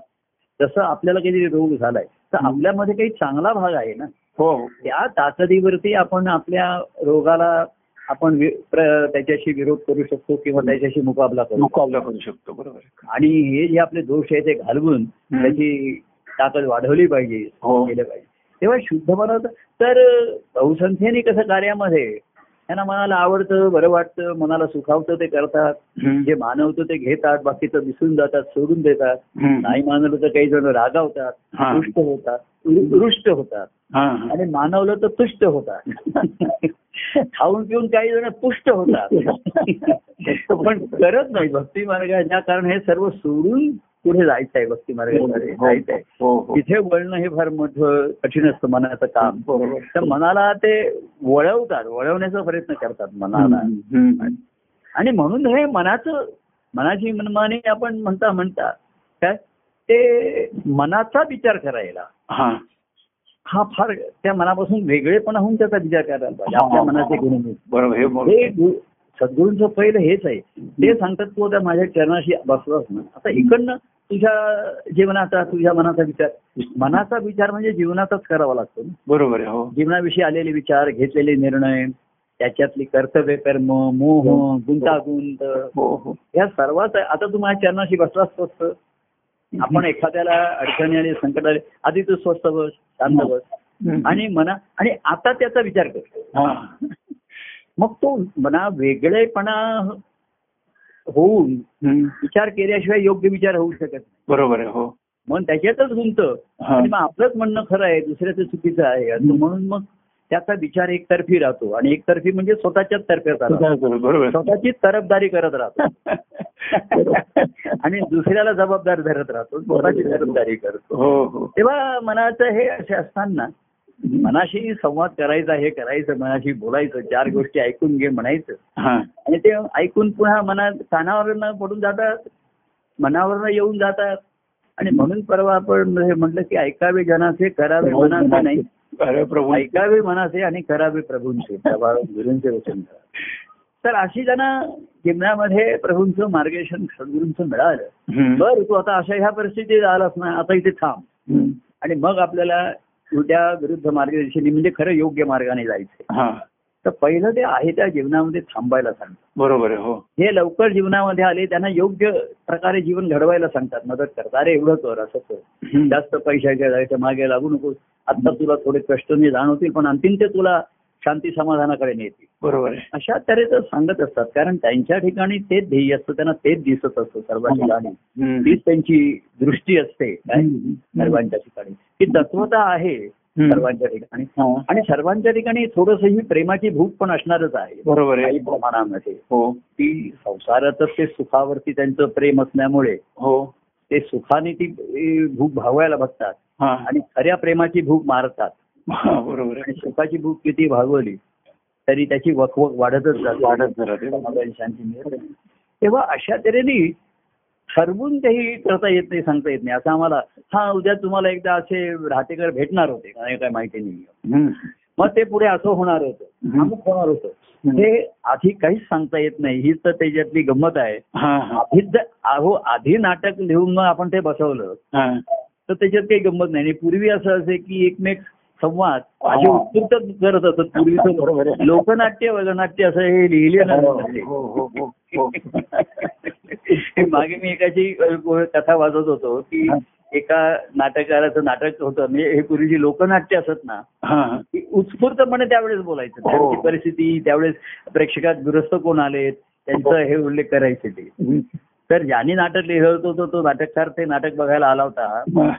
Speaker 2: जसं आपल्याला काहीतरी रोग झालाय तर
Speaker 1: हं.
Speaker 2: आपल्यामध्ये काही चांगला भाग आहे ना
Speaker 1: हो हो.
Speaker 2: त्या ताकदीवरती आपण आपल्या रोगाला आपण वि- प्र- त्याच्याशी विरोध करू शकतो किंवा त्याच्याशी मुकाबला करू शकतो.
Speaker 1: मुकाबला करू शकतो बरोबर आहे.
Speaker 2: आणि हे जे आपले दोष आहे ते घालवून
Speaker 1: हं.
Speaker 2: त्याची ताकद वाढवली पाहिजे
Speaker 1: हो.
Speaker 2: केलं पाहिजे तेव्हा शुद्ध मनात तर बहुसंख्येने कसं कार्यामध्ये त्यांना मनाला आवडतं बरं वाटतं मनाला सुखावतं ते करतात जे मानवतं ते घेतात बाकीचं विसरून जातात सोडून देतात
Speaker 1: हम्म.
Speaker 2: नाही मानवलं तर काही जण रागावतात
Speaker 1: हा.
Speaker 2: रुष्ट होतात रु- रुष्ट होतात
Speaker 1: हा, हा.
Speaker 2: आणि मानवलं तर तुष्ट होतात खाऊन पिऊन काही जण पुष्ट होतात पण करत नाही भक्ती मार्गाच्या कारण हे सर्व सोडून पुढे जायचं आहे भक्ती मार्गाकडे
Speaker 1: हो,
Speaker 2: जायचं आहे
Speaker 1: हो, हो.
Speaker 2: तिथे वळणं हे फार मोठं कठीण असतं मनाचं काम
Speaker 1: बरोबर.
Speaker 2: तर मनाला ते वळवतात वळवण्याचा प्रयत्न करतात मनाला
Speaker 1: हम्म, हम्म.
Speaker 2: आणि म्हणून हे मनाचं मनाची मनमानी आपण म्हणता म्हणता काय ते मनाचा विचार करायला
Speaker 1: हा.
Speaker 2: हा फार त्या मनापासून वेगळेपणा होऊन त्याचा विचार करायला पाहिजे आपल्या मनाचे गुण आहेत.
Speaker 1: बरोबर हे बरोबर.
Speaker 2: हे गु- सद्गुरूंचं पहिलं हेच आहे ते सांगतात तू आता माझ्या चरणाशी बसलास ना आता इकडनं तुझ्या जीवनाचा तुझ्या मनाचा विचार मनाचा विचार म्हणजे जीवनाचाच करावा लागतो ना.
Speaker 1: बरोबर आहे हो
Speaker 2: जीवनाविषयी आलेले विचार घेतलेले निर्णय त्याच्यातली कर्तव्य कर्म मोह गुंतागुंत
Speaker 1: हो हो
Speaker 2: या सर्वात आता तू माझ्या चरणाशी बसलास स्वस्त आपण एखाद्याला अडचणी आली संकट आले आधी तू स्वस्त बस शांत बस
Speaker 1: हम्म.
Speaker 2: आणि मना आणि आता त्याचा विचार कर
Speaker 1: हा.
Speaker 2: मग तो मना वेगळेपणा होऊन
Speaker 1: हम्म.
Speaker 2: विचार केल्याशिवाय योग्य विचार होऊ शकत नाही
Speaker 1: बरोबर आहे हो
Speaker 2: मन त्याच्यातच गुंत
Speaker 1: हा.
Speaker 2: आणि मग आपलंच म्हणणं खरं आहे दुसऱ्याचं चुकीचं आहे असं म्हणून मग त्याचा विचार एकतर्फी राहतो आणि एकतर्फी म्हणजे स्वतःच्याच तर्फे राहतो
Speaker 1: बरोबर आहे.
Speaker 2: स्वतःची तरफदारी करत राहतो आणि दुसऱ्याला जबाबदार धरत राहतो स्वतःची जबाबदारी करतो
Speaker 1: हो हो
Speaker 2: तेव्हा मनाचं हे असे असताना मनाशी संवाद करायचा हे करायचं मनाशी बोलायचं चार गोष्टी ऐकून घे म्हणायचं
Speaker 1: हा
Speaker 2: आणि ते ऐकून पुन्हा मनात कानावरनं पडून जातात मनावरनं येऊन जातात आणि म्हणून परवा आपण हे म्हटलं की ऐकावे जनाचे करावे
Speaker 1: हो,
Speaker 2: मनाचे नाही
Speaker 1: अरे प्रभू
Speaker 2: ऐकावे मनाचे आणि करावे प्रभूंचे प्रभा गुरूंचे वचन करा. तर अशी ज्यांना जीवनामध्ये प्रभूंचं मार्गदर्शन सद्गुरूंचं मिळालं
Speaker 1: हम्म.
Speaker 2: बर तू आता अशा ह्या परिस्थितीत आलास ना आता इथे थांब
Speaker 1: हम्म.
Speaker 2: आणि मग आपल्याला उद्या विरुद्ध मार्गदर्शनी म्हणजे खरं योग्य मार्गाने जायचं
Speaker 1: हा
Speaker 2: तर पहिलं ते आहे त्या जीवनामध्ये थांबायला सांगतात
Speaker 1: बरोबर आहे हो
Speaker 2: हे लवकर जीवनामध्ये आले त्यांना योग्य प्रकारे जीवन घडवायला सांगतात मदत करतात अरे एवढं कर असं कर
Speaker 1: हम्म.
Speaker 2: जास्त पैशाच्या जायच्या मागे लागू नकोस आता तुला थोडे कष्ट नाही जाणवतील पण अंतिम ते तुला शांती समाधानाकडे नेतील
Speaker 1: बरोबर आहे
Speaker 2: अशा तऱ्हेचं सांगत असतात कारण त्यांच्या ठिकाणी तेच ध्येय असतं त्यांना तेच दिसत असतं सर्व
Speaker 1: हो.
Speaker 2: ठिकाणी
Speaker 1: हम्म.
Speaker 2: तीच त्यांची दृष्टी असते काय
Speaker 1: हम्म.
Speaker 2: सर्वांच्या ठिकाणी की तत्वता आहे
Speaker 1: हम्म.
Speaker 2: सर्वांच्या ठिकाणी आणि सर्वांच्या ठिकाणी थोडस ही प्रेमाची भूक पण असणारच आहे
Speaker 1: बरोबर आहे
Speaker 2: काही प्रमाणामध्ये
Speaker 1: हो
Speaker 2: ती संसारातच ते सुखावरती त्यांचं प्रेम असल्यामुळे
Speaker 1: हो
Speaker 2: ते सुखाने ती ए, भूक भावायला बघतात
Speaker 1: हा
Speaker 2: आणि खऱ्या प्रेमाची भूक मारतात
Speaker 1: हा, बरोबर
Speaker 2: आणि
Speaker 1: आहे
Speaker 2: सुखाची भूक किती भागवली तरी त्याची वकवक वाढतच जाते.
Speaker 1: वाढत राहते.
Speaker 2: समाधान शांती मिळत नाही. तेव्हा अशा तऱ्हेने ठरवून काही करता येत नाही सांगता येत नाही असं आम्हाला हा उद्या तुम्हाला एकदा असे राहतेकर भेटणार होते काय काय माहिती नाही
Speaker 1: हम्म.
Speaker 2: मग ते पुढे असं होणार होतं
Speaker 1: हम्म.
Speaker 2: अमुक होणार होतं
Speaker 1: हम्म.
Speaker 2: हे आधी काहीच सांगता येत नाही हीच तर त्याच्यातली गंमत आहे
Speaker 1: हा हा
Speaker 2: आधीच जर- अहो आधी नाटक लिहून मग आपण ते बसवलं
Speaker 1: हा
Speaker 2: तर त्याच्यात काही गंमत नाही आणि पूर्वी असं असे की एकमेक संवाद अशी
Speaker 1: हा.
Speaker 2: उत्सुकता करत असत
Speaker 1: बरोबर
Speaker 2: पूर्वीचं
Speaker 1: आहे.
Speaker 2: लोकनाट्य वगनाट्य असं हे लिहिले
Speaker 1: हो, हो, हो, हो.
Speaker 2: मागे मी एकाची अ, गो- कथा वाचत होतो की
Speaker 1: हा.
Speaker 2: एका नाटककाराचं नाटक होतं म्हणजे हे पूर्वीची लोकनाट्य असत ना
Speaker 1: हा, हा.
Speaker 2: की उत्स्फूर्तपणे त्यावेळेस बोलायचं
Speaker 1: हो.
Speaker 2: त्यावेळेची परिस्थिती त्यावेळेस प्रेक्षकात दुरुस्त कोण आलेत
Speaker 1: हो.
Speaker 2: त्यांचं हे उल्लेख करायचे ते तर ज्यांनी नाटक लिहिलं होतं तो- तो नाटककार ते नाटक बघायला आला होता
Speaker 1: हा.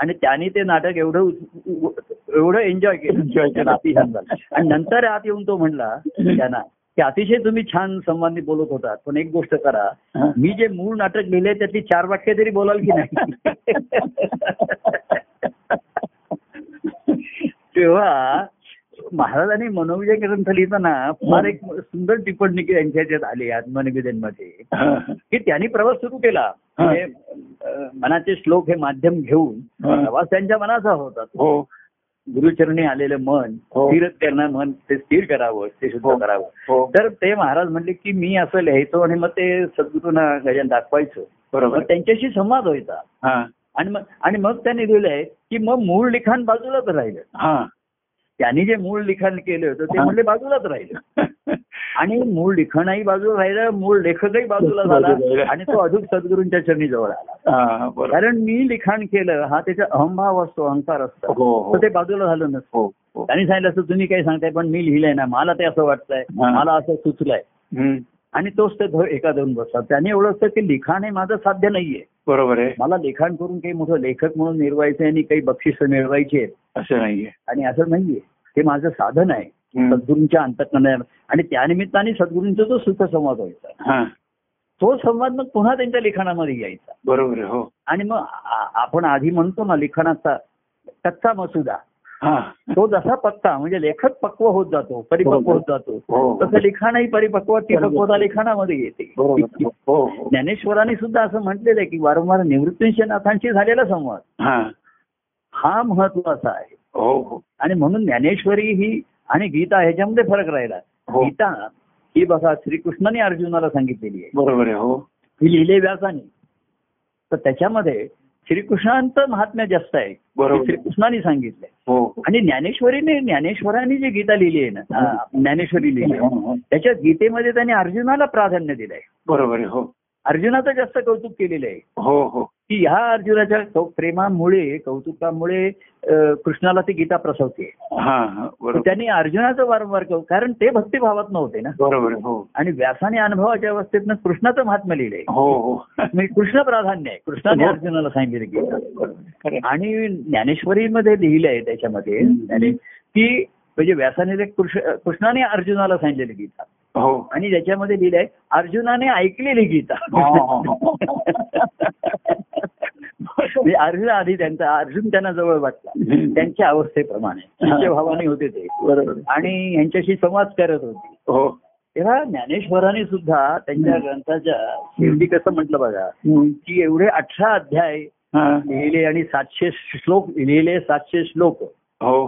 Speaker 2: आणि त्यांनी ते नाटक एवढं उत- उ- एवढं एन्जॉय
Speaker 1: Enjoy
Speaker 2: केलं
Speaker 1: केलं.
Speaker 2: त्याला अतिशय झालं. आणि नंतर आत येऊन तो म्हणला त्यांना की अतिशय तुम्ही छान संवादी बोलत होतात पण एक गोष्ट करा
Speaker 1: हा.
Speaker 2: मी जे मूळ नाटक लिहिले त्यातली चार वाक्य तरी बोलाल की नाही तेव्हा महाराजांनी मनोविजय ग्रंथ लिहिताना फार एक सुंदर टिप्पणी त्यांच्या ह्याच्यात आली आत्मनिवेदन मध्ये
Speaker 1: हा,
Speaker 2: की त्यांनी प्रवास सुरू केला
Speaker 1: हा.
Speaker 2: म्हणजे, अ, मनाचे श्लोक हे माध्यम घेऊन
Speaker 1: हा.
Speaker 2: प्रवास त्यांच्या मनाचा होता
Speaker 1: हो
Speaker 2: गुरुचरणी आलेलं मन
Speaker 1: हो.
Speaker 2: स्थिर करणं मन ते स्थिर करावं ते शुद्ध
Speaker 1: हो.
Speaker 2: करावं
Speaker 1: हो
Speaker 2: तर ते महाराज म्हणले की मी असं लिहायचो आणि मग ते सद्गुरूंना गजन दाखवायचं
Speaker 1: बरोबर
Speaker 2: मग
Speaker 1: आहे.
Speaker 2: त्यांच्याशी संवाद व्हायचा
Speaker 1: हा
Speaker 2: आणि मग आणि मग त्यांनी लिहिलंय की मग मूळ लिखाण बाजूलाच राहिलं
Speaker 1: हा
Speaker 2: त्यांनी जे मूळ लिखाण केलं होतं ते
Speaker 1: हा.
Speaker 2: म्हणले बाजूलाच राहिलं आणि मूळ लिखाणही बाजूला राहिलं मूळ लेखकही बाजूला
Speaker 1: बाजूला
Speaker 2: झाला
Speaker 1: राहिला.
Speaker 2: आणि तो अधिक सद्गुरूंच्या चरणी जवळ आला
Speaker 1: हा, बरोबर
Speaker 2: कारण मी लिखाण केलं हा त्याचा अहंभाव असतो अहंकार असतो
Speaker 1: हो, हो.
Speaker 2: तर ते बाजूला झालं नसतं
Speaker 1: हो हो
Speaker 2: त्यांनी सांगितलं असं तुम्ही काही सांगताय पण मी लिहिलंय ना मला ते असं वाटतंय
Speaker 1: हा.
Speaker 2: मला असं सुचलंय
Speaker 1: हम्म.
Speaker 2: आणि तोच ते धो- एका दोन बसतात त्याने ओळखतं की लिखाण हे माझं साध्य नाहीये
Speaker 1: बरोबर आहे
Speaker 2: मला लिखाण करून काही मोठं लेखक म्हणून निर्वायचं आणि काही बक्षिस मिळवायची आहेत
Speaker 1: असं नाहीये
Speaker 2: आणि असं नाहीये ते माझं साधन आहे
Speaker 1: हम्म.
Speaker 2: सद्गुरूंच्या अंतकरणाने आणि त्यानिमित्ताने सद्गुरूंचा जो सुखसंवाद व्हायचा
Speaker 1: हा
Speaker 2: तो संवाद मग पुन्हा त्यांच्या लिखाणामध्ये यायचा
Speaker 1: बरोबर आहे हो
Speaker 2: आणि मग आ- आपण आधी म्हणतो ना लिखाणाचा कच्चा मसुदा
Speaker 1: हा
Speaker 2: तो जसा पक्का म्हणजे लेखक पक्व होत जातो परिपक्व होत जातो
Speaker 1: हो.
Speaker 2: तसं लिखाणही परिपक्व ती पक्वता लिखाणामध्ये येते
Speaker 1: बरोबर आहे. हो हो
Speaker 2: ज्ञानेश्वरांनी सुद्धा असं म्हटलेलं आहे की वारंवार निवृत्तीशनाथांशी झालेला संवाद
Speaker 1: हा
Speaker 2: हा महत्वाचा आहे
Speaker 1: हो हो
Speaker 2: आणि म्हणून ज्ञानेश्वरी ही आणि गीता ह्याच्यामध्ये फरक राहिला
Speaker 1: हो.
Speaker 2: गीता ही बघा श्रीकृष्णाने अर्जुनाला सांगितलेली आहे
Speaker 1: बरोबर आहे हो
Speaker 2: ही लिहिले व्यासाने तर त्याच्यामध्ये श्रीकृष्णांचं महात्म्य जास्त आहे
Speaker 1: बरोबर.
Speaker 2: हे श्रीकृष्णाने सांगितलंय
Speaker 1: हो
Speaker 2: आणि ज्ञानेश्वरीने ज्ञानेश्वराने जी गीता लिहिली आहे ना आ, ज्ञानेश्वरी लिहिली आहे
Speaker 1: हो, हो.
Speaker 2: त्याच्या गीतेमध्ये त्यांनी अर्जुनाला प्राधान्य दिलंय
Speaker 1: बरोबर आहे हो
Speaker 2: अर्जुनाचं जास्त कौतुक केलेलं आहे
Speaker 1: हो हो
Speaker 2: की ह्या अर्जुनाच्या कौ- प्रेमामुळे कौतुकामुळे अ, कृष्णाला ती गीता प्रसवते
Speaker 1: हा हा बरोबर
Speaker 2: त्यांनी अर्जुनाचं वारंवार कौ- कारण ते भक्तिभावात नव्हते ना
Speaker 1: बरोबर आहे हो
Speaker 2: आणि व्यासाने अनुभवाच्या अवस्थेतनं कृष्णाचं महात्म्य लिहिलंय
Speaker 1: हो हो
Speaker 2: म्हणजे कृष्ण प्राधान्य आहे कृष्णाने
Speaker 1: हो.
Speaker 2: अर्जुनाला सांगितलं गीता
Speaker 1: खरं आहे.
Speaker 2: आणि ज्ञानेश्वरीमध्ये लिहिलंय त्याच्यामध्ये
Speaker 1: हम्म.
Speaker 2: त्याने की म्हणजे व्यासाने ते कृष्ण- कृष्णाने अर्जुनाला सांगितलेली गीता
Speaker 1: हो
Speaker 2: आणि त्याच्यामध्ये लिहिलंय अर्जुनाने ऐकलेली गीता
Speaker 1: हा.
Speaker 2: म्हणजे अर्जुन आधी त्यांचा अर्जुन त्यांना जवळ वाटला
Speaker 1: हम्म.
Speaker 2: त्यांच्या अवस्थेप्रमाणे त्यांच्या भावाने होते ते
Speaker 1: बरोबर आहे.
Speaker 2: आणि यांच्याशी संवाद करत होते
Speaker 1: हो
Speaker 2: तेव्हा ज्ञानेश्वराने सुद्धा त्यांच्या ग्रंथाच्या शेवटी कसं म्हटलं बघा
Speaker 1: हम्म.
Speaker 2: की एवढे अठरा अध्याय
Speaker 1: हा
Speaker 2: लिहिले आणि सातशे श्लोक लिहिले सातशे श्लोक
Speaker 1: हो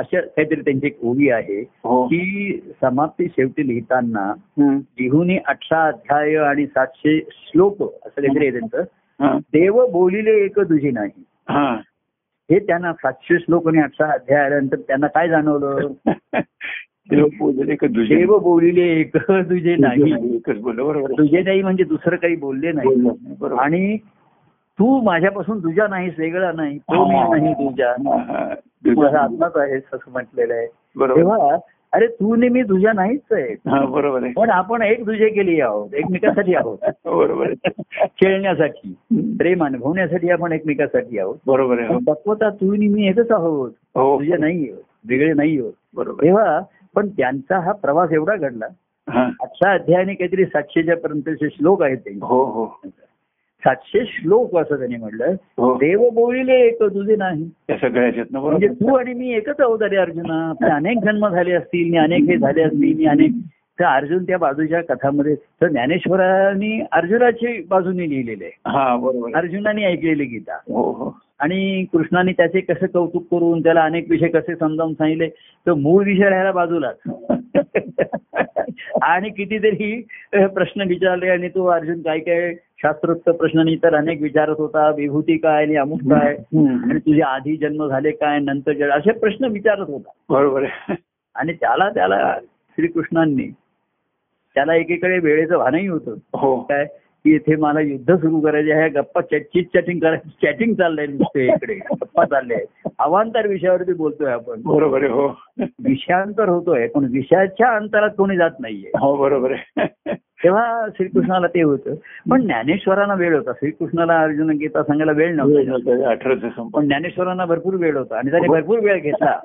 Speaker 2: अशा काहीतरी त्यांची एक ओवी आहे
Speaker 1: हो
Speaker 2: की समाप्ती शेवटी लिहिताना
Speaker 1: हम्म.
Speaker 2: लिहूनी अठरा अध्याय आणि सातशे श्लोक असं काहीतरी आहे त्यांचं
Speaker 1: हा
Speaker 2: देव बोलिले एक दुजे नाही
Speaker 1: हा
Speaker 2: हे त्यांना सातशे श्लोक आणि अठरा अध्याय आल्यानंतर त्यांना काय जाणवलं
Speaker 1: देव बोलले का दुजे
Speaker 2: देव बोलिले एक दुजे नाही
Speaker 1: एकच बोललं बरोबर आहे.
Speaker 2: तुझे नाही म्हणजे दुसरं काही बोलले नाही
Speaker 1: बोललं नाही, बरोबर
Speaker 2: आणि तू माझ्यापासून तुझ्या नाहीस वेगळा नाही हाँ,
Speaker 1: हाँ,
Speaker 2: तो मी नाही तुझ्या
Speaker 1: हा, हा.
Speaker 2: तू माझा आत्माच आहेस असं म्हटलेलं आहे
Speaker 1: बरोबर
Speaker 2: तेव्हा अरे तू ने मी तुझ्या नाहीच आहे
Speaker 1: हा बरोबर आहे
Speaker 2: पण आपण एक दुजे केली आहोत एकमेकासाठी आहोत
Speaker 1: बरोबर आहे
Speaker 2: खेळण्यासाठी प्रेम अनुभवण्यासाठी आपण एकमेकासाठी आहोत
Speaker 1: बरोबर आहे हो.
Speaker 2: पण पक्वता तू आणि मी एकच आहोत
Speaker 1: हो
Speaker 2: हाँ। तुझे नाही आहोत वेगळे नाही आहोत
Speaker 1: बरोबर आहे.
Speaker 2: तेव्हा पण त्यांचा हा प्रवास एवढा घडला
Speaker 1: हा.
Speaker 2: आजच्या अध्यायाने काहीतरी सातशेच्या पर्यंतचे श्लोक आहेत ते
Speaker 1: हो हो
Speaker 2: सातशे श्लोक असं त्यांनी म्हटलं
Speaker 1: हो
Speaker 2: देव बोलिले एक तुझे नाही
Speaker 1: त्या सगळ्या ह्याच्यातनं
Speaker 2: म्हणजे
Speaker 1: बरोबर
Speaker 2: तू आणि मी एकच आहोत अरे अर्जुना आपले अनेक जन्म झाले असतील मी अनेक हे झाले असतील मी अनेक तर अर्जुन त्या बाजूच्या कथामध्ये तर ज्ञानेश्वरांनी अर्जुनाची बाजूने लिहिलेले
Speaker 1: हा बरोबर आहे.
Speaker 2: अर्जुनाने ऐकलेली गीता
Speaker 1: हाँ, हो हो
Speaker 2: आणि कृष्णाने त्याचे कसं कौतुक करून त्याला अनेक विषय कसे समजावून सांगितले तर मूळ विषय राहायला बाजूलाच आणि कितीतरी अ, प्रश्न विचारले आणि तो अर्जुन काय काय शास्त्रोक्त प्रश्नांनी तर अनेक विचारत होता विभूती काय आणि अमुक काय
Speaker 1: हम्म.
Speaker 2: आणि तुझे आधी जन्म झाले काय नंतर जन्म- असे प्रश्न विचारत होता
Speaker 1: बरोबर आहे
Speaker 2: आणि त्याला त्याला श्रीकृष्णांनी त्याला एकीकडे वेळेचं भानही होतं
Speaker 1: हो
Speaker 2: काय की इथे मला युद्ध सुरू करायचे आहे गप्पा चॅटिंग चॅटिंग करायची चॅटिंग चाललंय नुसते इकडे गप्पा चालले अवांतर विषयावरती बोलतोय आपण
Speaker 1: बरोबर आहे हो
Speaker 2: विषयांतर होतोय पण विषयाच्या अंतरात कोणी जात नाहीये
Speaker 1: हो बरोबर आहे
Speaker 2: तेव्हा श्रीकृष्णाला ते होतं पण ज्ञानेश्वरांना वेळ होता श्रीकृष्णाला अर्जुन गीता सांगायला वेळ नव्हता
Speaker 1: अठराचं
Speaker 2: पण ज्ञानेश्वरांना भरपूर वेळ होता आणि त्याने भरपूर वेळ घेतला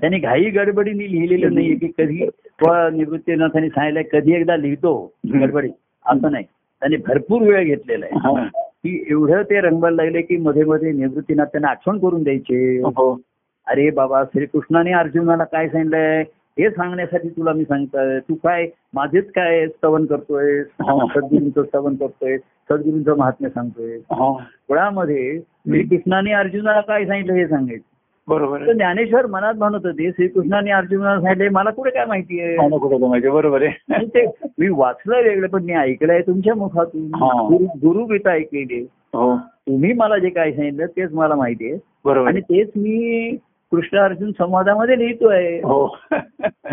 Speaker 2: त्यांनी घाई गडबडीने लिहिलेलं नाहीये की कधी व निवृत्तीनाथांनी सांगितलंय कधी एकदा लिहितो गडबडीत असं नाही त्याने भरपूर वेळ घेतलेला आहे
Speaker 1: संपन्न
Speaker 2: की एवढं ते रंगवायला लागले की मध्ये मध्ये निवृत्तीनाथ त्यांना आठवण करून द्यायचे
Speaker 1: हो
Speaker 2: अरे बाबा श्रीकृष्णाने अर्जुनाला काय सांगितलंय हे सांगण्यासाठी तुला मी सांगतोय तू काय माझेच काय स्तवन करतोय
Speaker 1: हा.
Speaker 2: सद्गुरूंचं स्तवन करतोय सद्गुरूंचं महात्म्य सांगतोय
Speaker 1: हो
Speaker 2: कुळामध्ये श्रीकृष्णाने अर्जुनाला काय सांगितलं हे सांगायचं
Speaker 1: बरोबर
Speaker 2: तर
Speaker 1: आहे
Speaker 2: ज्ञानेश्वर मनात म्हणत होते श्रीकृष्णाने अर्जुनाला सांगितले मला कुठे काय माहिती आहे
Speaker 1: मला कुठं माहिती बरोबर आहे
Speaker 2: आणि ते मी वाचलं वेगळं पण मी ऐकलंय तुमच्या मुखातून
Speaker 1: हा.
Speaker 2: गुरु- गुरुगीता ऐकलेली
Speaker 1: हो
Speaker 2: तुम्ही मला जे काय सांगितलं तेच मला माहिती आहे
Speaker 1: बरोबर
Speaker 2: आणि
Speaker 1: आहे.
Speaker 2: तेच मी कृष्ण अर्जुन संवादामध्ये लिहितोय
Speaker 1: हो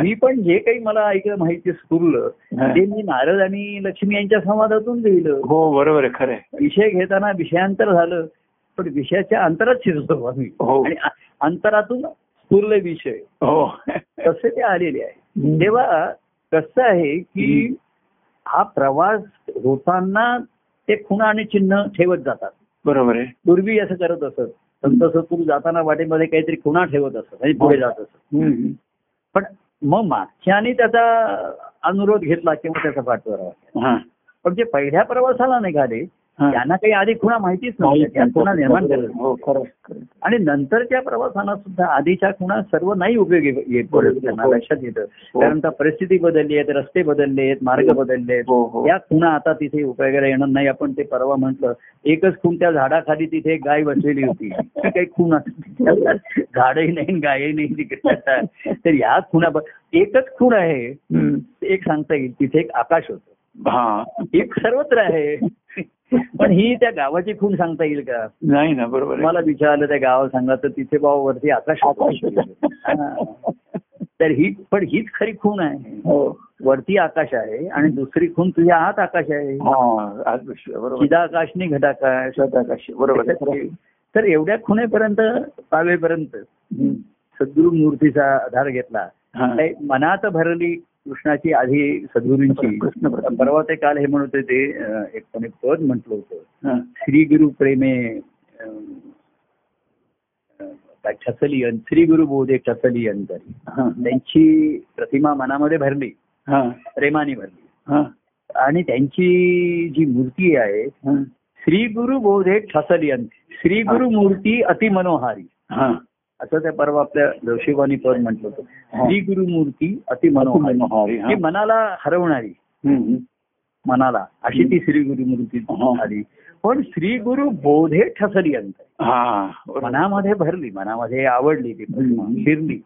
Speaker 2: मी पण जे काही मला ऐकलं माहिती स्फुरलं ते मी नारद आणि लक्ष्मी यांच्या संवादातून लिहिलं
Speaker 1: हो बरोबर आहे खरं आहे
Speaker 2: विषय घेताना विषयांतर झालं पण विषयाच्या अंतरात शिरतो आम्ही
Speaker 1: हो.
Speaker 2: आणि अ- अंतरातून स्फुरले विषय
Speaker 1: हो
Speaker 2: तसे ते आलेले आहे तेव्हा कसं आहे की हा प्रवास होताना ते खुणा आणि चिन्ह ठेवत जातात
Speaker 1: बरोबर आहे
Speaker 2: पूर्वी असं करत असत संत सत्पुरुष जाताना वाटेमध्ये काहीतरी खुणा ठेवत असत आणि
Speaker 1: हो.
Speaker 2: पुढे जात असत
Speaker 1: हम्म.
Speaker 2: पण मग मागच्याने त्याचा अनुरोध घेतला किंवा त्याचा पाठपुरावा केला.
Speaker 1: हा.
Speaker 2: पण जे पहिल्या प्रवासाला निघाले
Speaker 1: हा.
Speaker 2: त्यांना काही आधी खुणा माहितीच नव्हत्या त्या खुणा निर्माण
Speaker 1: बरोबर
Speaker 2: करत
Speaker 1: आहे. हो खरं आहे, खरं आहे.
Speaker 2: आणि नंतरच्या प्रवासाला सुद्धा आधीच्या खुणा सर्व नाही उपयोगी येत
Speaker 1: बरोबर.
Speaker 2: त्यांना
Speaker 1: हो.
Speaker 2: लक्षात येतं कारण आता परिस्थिती बदलली आहे रस्ते बदलले आहेत मार्ग बदलले आहेत
Speaker 1: हो हो
Speaker 2: या खुणा आता तिथे उपयोगाला येणार नाही आपण ते परवा म्हटलं एकच खूण त्या झाडाखाली तिथे एक गाय बसलेली होती ती काही खूण असते झाडही नाही आणि गायही नाही तिकडे आता. तर या खुणा ब- एकच खूण आहे
Speaker 1: हम्म.
Speaker 2: एक सांगता येईल तिथे एक आकाश होतं
Speaker 1: हा
Speaker 2: एक सर्वत्र आहे पण ही त्या गावाची खूण सांगता येईल का
Speaker 1: नाही ना बरोबर आहे
Speaker 2: मला विचारलं त्या गावाला सांगा तर तिथे बाबा वरती आकाश
Speaker 1: आकाश
Speaker 2: होतं. हा. तर ही पण हीच खरी खूण आहे
Speaker 1: हो
Speaker 2: वरती आकाश आहे आणि दुसरी खूण तुझ्या आत आकाश आहे
Speaker 1: हा आज विश्व- बरोबर
Speaker 2: चिदाकाशनी घटाकाश
Speaker 1: सदाकाश बरोबर आहे. खरं आहे.
Speaker 2: तर एवढ्या खुणेपर्यंत पावेपर्यंत
Speaker 1: हम्म.
Speaker 2: सद्गुरु मूर्तीचा आधार घेतला
Speaker 1: हा.
Speaker 2: काही मनात भरली कृष्णाची आधी सद्गुरूंची
Speaker 1: कृष्ण प्रसन्न.
Speaker 2: परवा ते काल हे म्हणत होते ते अं, एक कोणी पद म्हटलं होतं
Speaker 1: हा.
Speaker 2: श्री गुरु प्रेमे अं, अं, काय ठसलियन श्री गुरु बोधे ठसलियन तरी
Speaker 1: हा.
Speaker 2: त्यांची प्रतिमा मनामध्ये भरली
Speaker 1: हा.
Speaker 2: प्रेमाने भरली
Speaker 1: हा.
Speaker 2: आणि त्यांची जी मूर्ती आहे
Speaker 1: हा.
Speaker 2: श्री गुरु बोधे ठसलियन श्री गुरु मूर्ती अतिमनोहारी
Speaker 1: हा.
Speaker 2: असं त्या परवा आपल्या जोशीबानी पद म्हटलं होतं श्री गुरु मूर्ती अतिमनोहारी
Speaker 1: मनोहारी हा.
Speaker 2: ही मनाला हरवणारी
Speaker 1: हम्म.
Speaker 2: मनाला अशी ती श्री गुरु मूर्ती
Speaker 1: हो.
Speaker 2: आली पण श्री गुरु बोधे ठसली अंत
Speaker 1: हा
Speaker 2: मनामध्ये भरली मनामध्ये आवडली ती प्रतिमा,
Speaker 1: हम्म.
Speaker 2: शिरली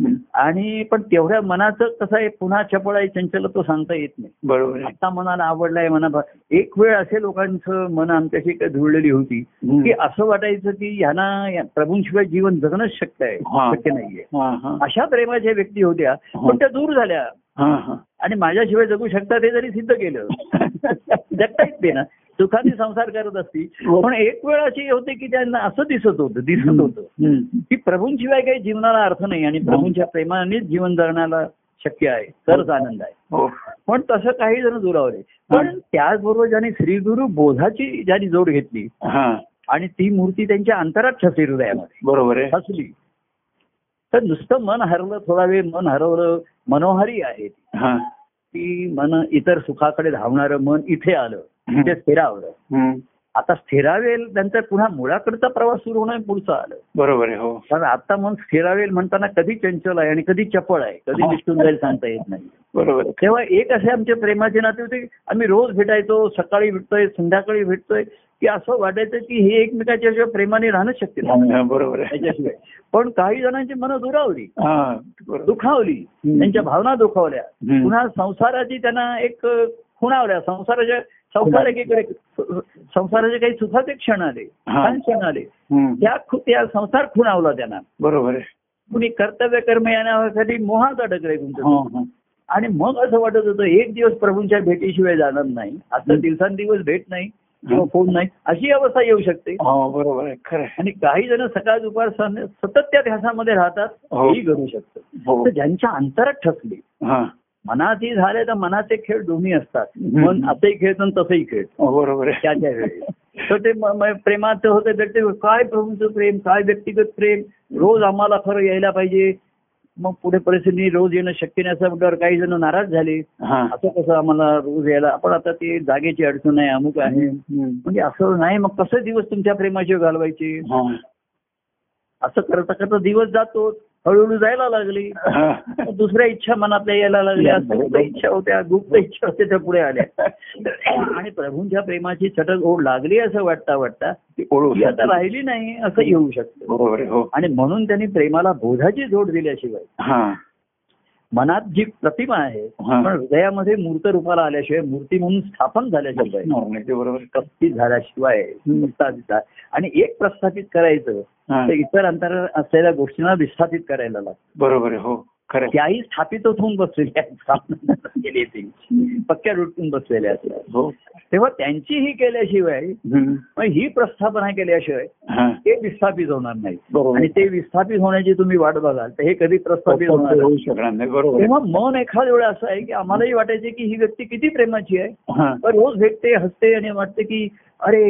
Speaker 1: हम्म.
Speaker 2: आणि पण तेवढ्या मनाचं कसं आहे पुन्हा चपळ आहे चंचल तो सांगता येत नाही
Speaker 1: बरोबर आहे
Speaker 2: आता मनाला आवडलाय मना एक वेळ असे लोकांचं मन आमच्याशी काय धुळलेली होती
Speaker 1: हम्म.
Speaker 2: की असं वाटायचं की ह्यांना या- प्रभूंशिवाय जीवन जगणंच शक्य
Speaker 1: हा.
Speaker 2: आहे शक्य नाहीये
Speaker 1: हा, हा.
Speaker 2: अशा प्रेमाच्या व्यक्ती होत्या
Speaker 1: हो.
Speaker 2: पण त्या दूर झाल्या
Speaker 1: हा, हा.
Speaker 2: आणि माझ्याशिवाय जगू शकतात हे जरी सिद्ध केलं जगता येत नाही ना सुखाने संसार करत असती
Speaker 1: हो.
Speaker 2: पण एक वेळ अशी होते की त्यांना असं दिसत होतं दिसत होतं
Speaker 1: हम्म.
Speaker 2: की प्रभूंशिवाय काही जीवनाला अर्थ नाही आणि प्रभूंच्या प्रेमानेच जीवन जगण्याला शक्य आहे तरच आनंद आहे
Speaker 1: हो
Speaker 2: पण तसं काही जण दुरावले पण त्याचबरोबर ज्याने श्रीगुरु बोधाची ज्यांनी जोड घेतली
Speaker 1: हा
Speaker 2: आणि ती मूर्ती त्यांच्या अंतरात ठसली हृदयामध्ये
Speaker 1: बरोबर आहे
Speaker 2: ठसली तर नुसतं मन हरवलं थोडा वेळ मन हरवलं मनोहारी आहे ती.
Speaker 1: हा
Speaker 2: ती मन इतर सुखाकडे धावणारं मन इथे आलं इथे स्थिरावलं
Speaker 1: हम्म.
Speaker 2: आता स्थिरावेल नंतर पुन्हा मुळाकडचा प्रवास सुरू होणं पुढचं आलं
Speaker 1: बरोबर आहे हो
Speaker 2: कारण आता मन स्थिरावेल म्हणताना कधी चंचल आहे आणि कधी चपळ आहे कधी निष्ठून जाईल सांगता येत नाही
Speaker 1: बरोबर आहे.
Speaker 2: तेव्हा एक असे आमचे प्रेमाचे नाते होते की आम्ही रोज भेटायचो सकाळी भेटतोय संध्याकाळी भेटतोय की असं वाटायचं की हे एकमेकाच्या शिवाय प्रेमाने राहणं शक्य नाही
Speaker 1: हा, बरोबर आहे
Speaker 2: त्याच्याशिवाय पण काही जणांची मनं दुरावली
Speaker 1: हा बरोबर
Speaker 2: दुखावली
Speaker 1: हम्म.
Speaker 2: त्यांच्या भावना दुखावल्या
Speaker 1: हम्म.
Speaker 2: पुन्हा संसाराची त्यांना एक अ, खुणावल्या संसाराच्या संसाराकडे संसाराचे काही सुखाचे क्षण आले
Speaker 1: हा.
Speaker 2: छान क्षण आले
Speaker 1: हम्म.
Speaker 2: त्या खु- त्या संसार खुणावला त्यांना
Speaker 1: बरोबर आहे
Speaker 2: कुणी कर्तव्य कर्म येण्यासाठी मोहात अडकले तुमचं
Speaker 1: हा, हा.
Speaker 2: आणि मग असं वाटत होतं एक दिवस प्रभूंच्या भेटीशिवाय जाणार नाही आता
Speaker 1: हं.
Speaker 2: दिवसांदिवस भेट नाही किंवा फोन नाही अशी अवस्था येऊ शकते
Speaker 1: हा हो, बरोबर आहे खरं आहे
Speaker 2: आणि काही जण सकाळ दुपार सं- सतत त्या ध्यासामध्ये राहतात
Speaker 1: हो.
Speaker 2: हेही घडू शकतं
Speaker 1: हो
Speaker 2: तर ज्यांच्या अंतरात ठसली
Speaker 1: हा
Speaker 2: मनातही झाले तर मनाचे खेळ दोन्ही असतात
Speaker 1: हं.
Speaker 2: मन असंही खेळतं आणि तसंही खेळ
Speaker 1: हो, बरोबर आहे
Speaker 2: त्या त्या वेळी तर ते म- म- प्रेमाचं होतं व्यक्ती काय प्रभूंचं प्रेम काय व्यक्तिगत प्रेम रोज आम्हाला खरं यायला पाहिजे मग पुढे परिस्थिती रोज येणं शक्य नाही असं म्हटल्यावर काही जण नाराज झाले
Speaker 1: हा
Speaker 2: असं कसं आम्हाला रोज यायला आपण आता ते जागेची अडचण आहे अमुक आहे
Speaker 1: हम्म.
Speaker 2: म्हणजे असं नाही मग कसे दिवस तुमच्या प्रेमाशिवाय घालवायचे
Speaker 1: हा.
Speaker 2: असं करता करता दिवस जातो हळूहळू जायला लागली
Speaker 1: हा.
Speaker 2: मग दुसऱ्या इच्छा मनातल्या यायला लागल्या सगळ्या इच्छा होत्या गुप्त इच्छा होत्या त्या पुढे आल्या आणि प्रभूंच्या प्रेमाची चटक ओढ लागली असं वाटता वाटता
Speaker 1: ती ओळख
Speaker 2: ती आता राहिली नाही असं येऊ शकतं
Speaker 1: बरोबर आहे हो
Speaker 2: आणि म्हणून त्यांनी प्रेमाला बोधाची जोड दिल्याशिवाय
Speaker 1: हा
Speaker 2: मनात जी प्रतिमा आहे
Speaker 1: हा.
Speaker 2: पण हृदयामध्ये मूर्त रूपाला आल्याशिवाय मूर्ती म्हणून स्थापन झाल्याशिवाय
Speaker 1: नाही, ते बरोबर आहे.
Speaker 2: प्रस्थित झाल्याशिवाय प्रस्थापित झा- आणि एक प्रस्थापित करायचं
Speaker 1: हा.
Speaker 2: तर इतर अंतर असलेल्या गोष्टींना विस्थापित करायला लागतं
Speaker 1: बरोबर आहे हो खरं आहे.
Speaker 2: त्याही स्थापितच होऊन बसलेल्या आहेत. स्थापना केली आहे त्यांची. पक्क्या रुटून बसलेल्या असतात
Speaker 1: हो
Speaker 2: तेव्हा त्यांची ही केल्याशिवाय
Speaker 1: हम्म.
Speaker 2: मग ही प्रस्थापना केल्याशिवाय
Speaker 1: हा
Speaker 2: ते विस्थापित होणार नाही
Speaker 1: बरोबर
Speaker 2: आणि ते विस्थापित होण्याची तुम्ही वाट बघाल तर हे कधी प्रस्थापित होणार नाही.
Speaker 1: होऊ शकणार नाही बरोबर आहे.
Speaker 2: तेव्हा मन एखाद वेळा असं आहे की आम्हालाही वाटायचे की ही व्यक्ती किती प्रेमाची आहे
Speaker 1: हा
Speaker 2: पण रोज भेटते हसते आणि वाटते की अरे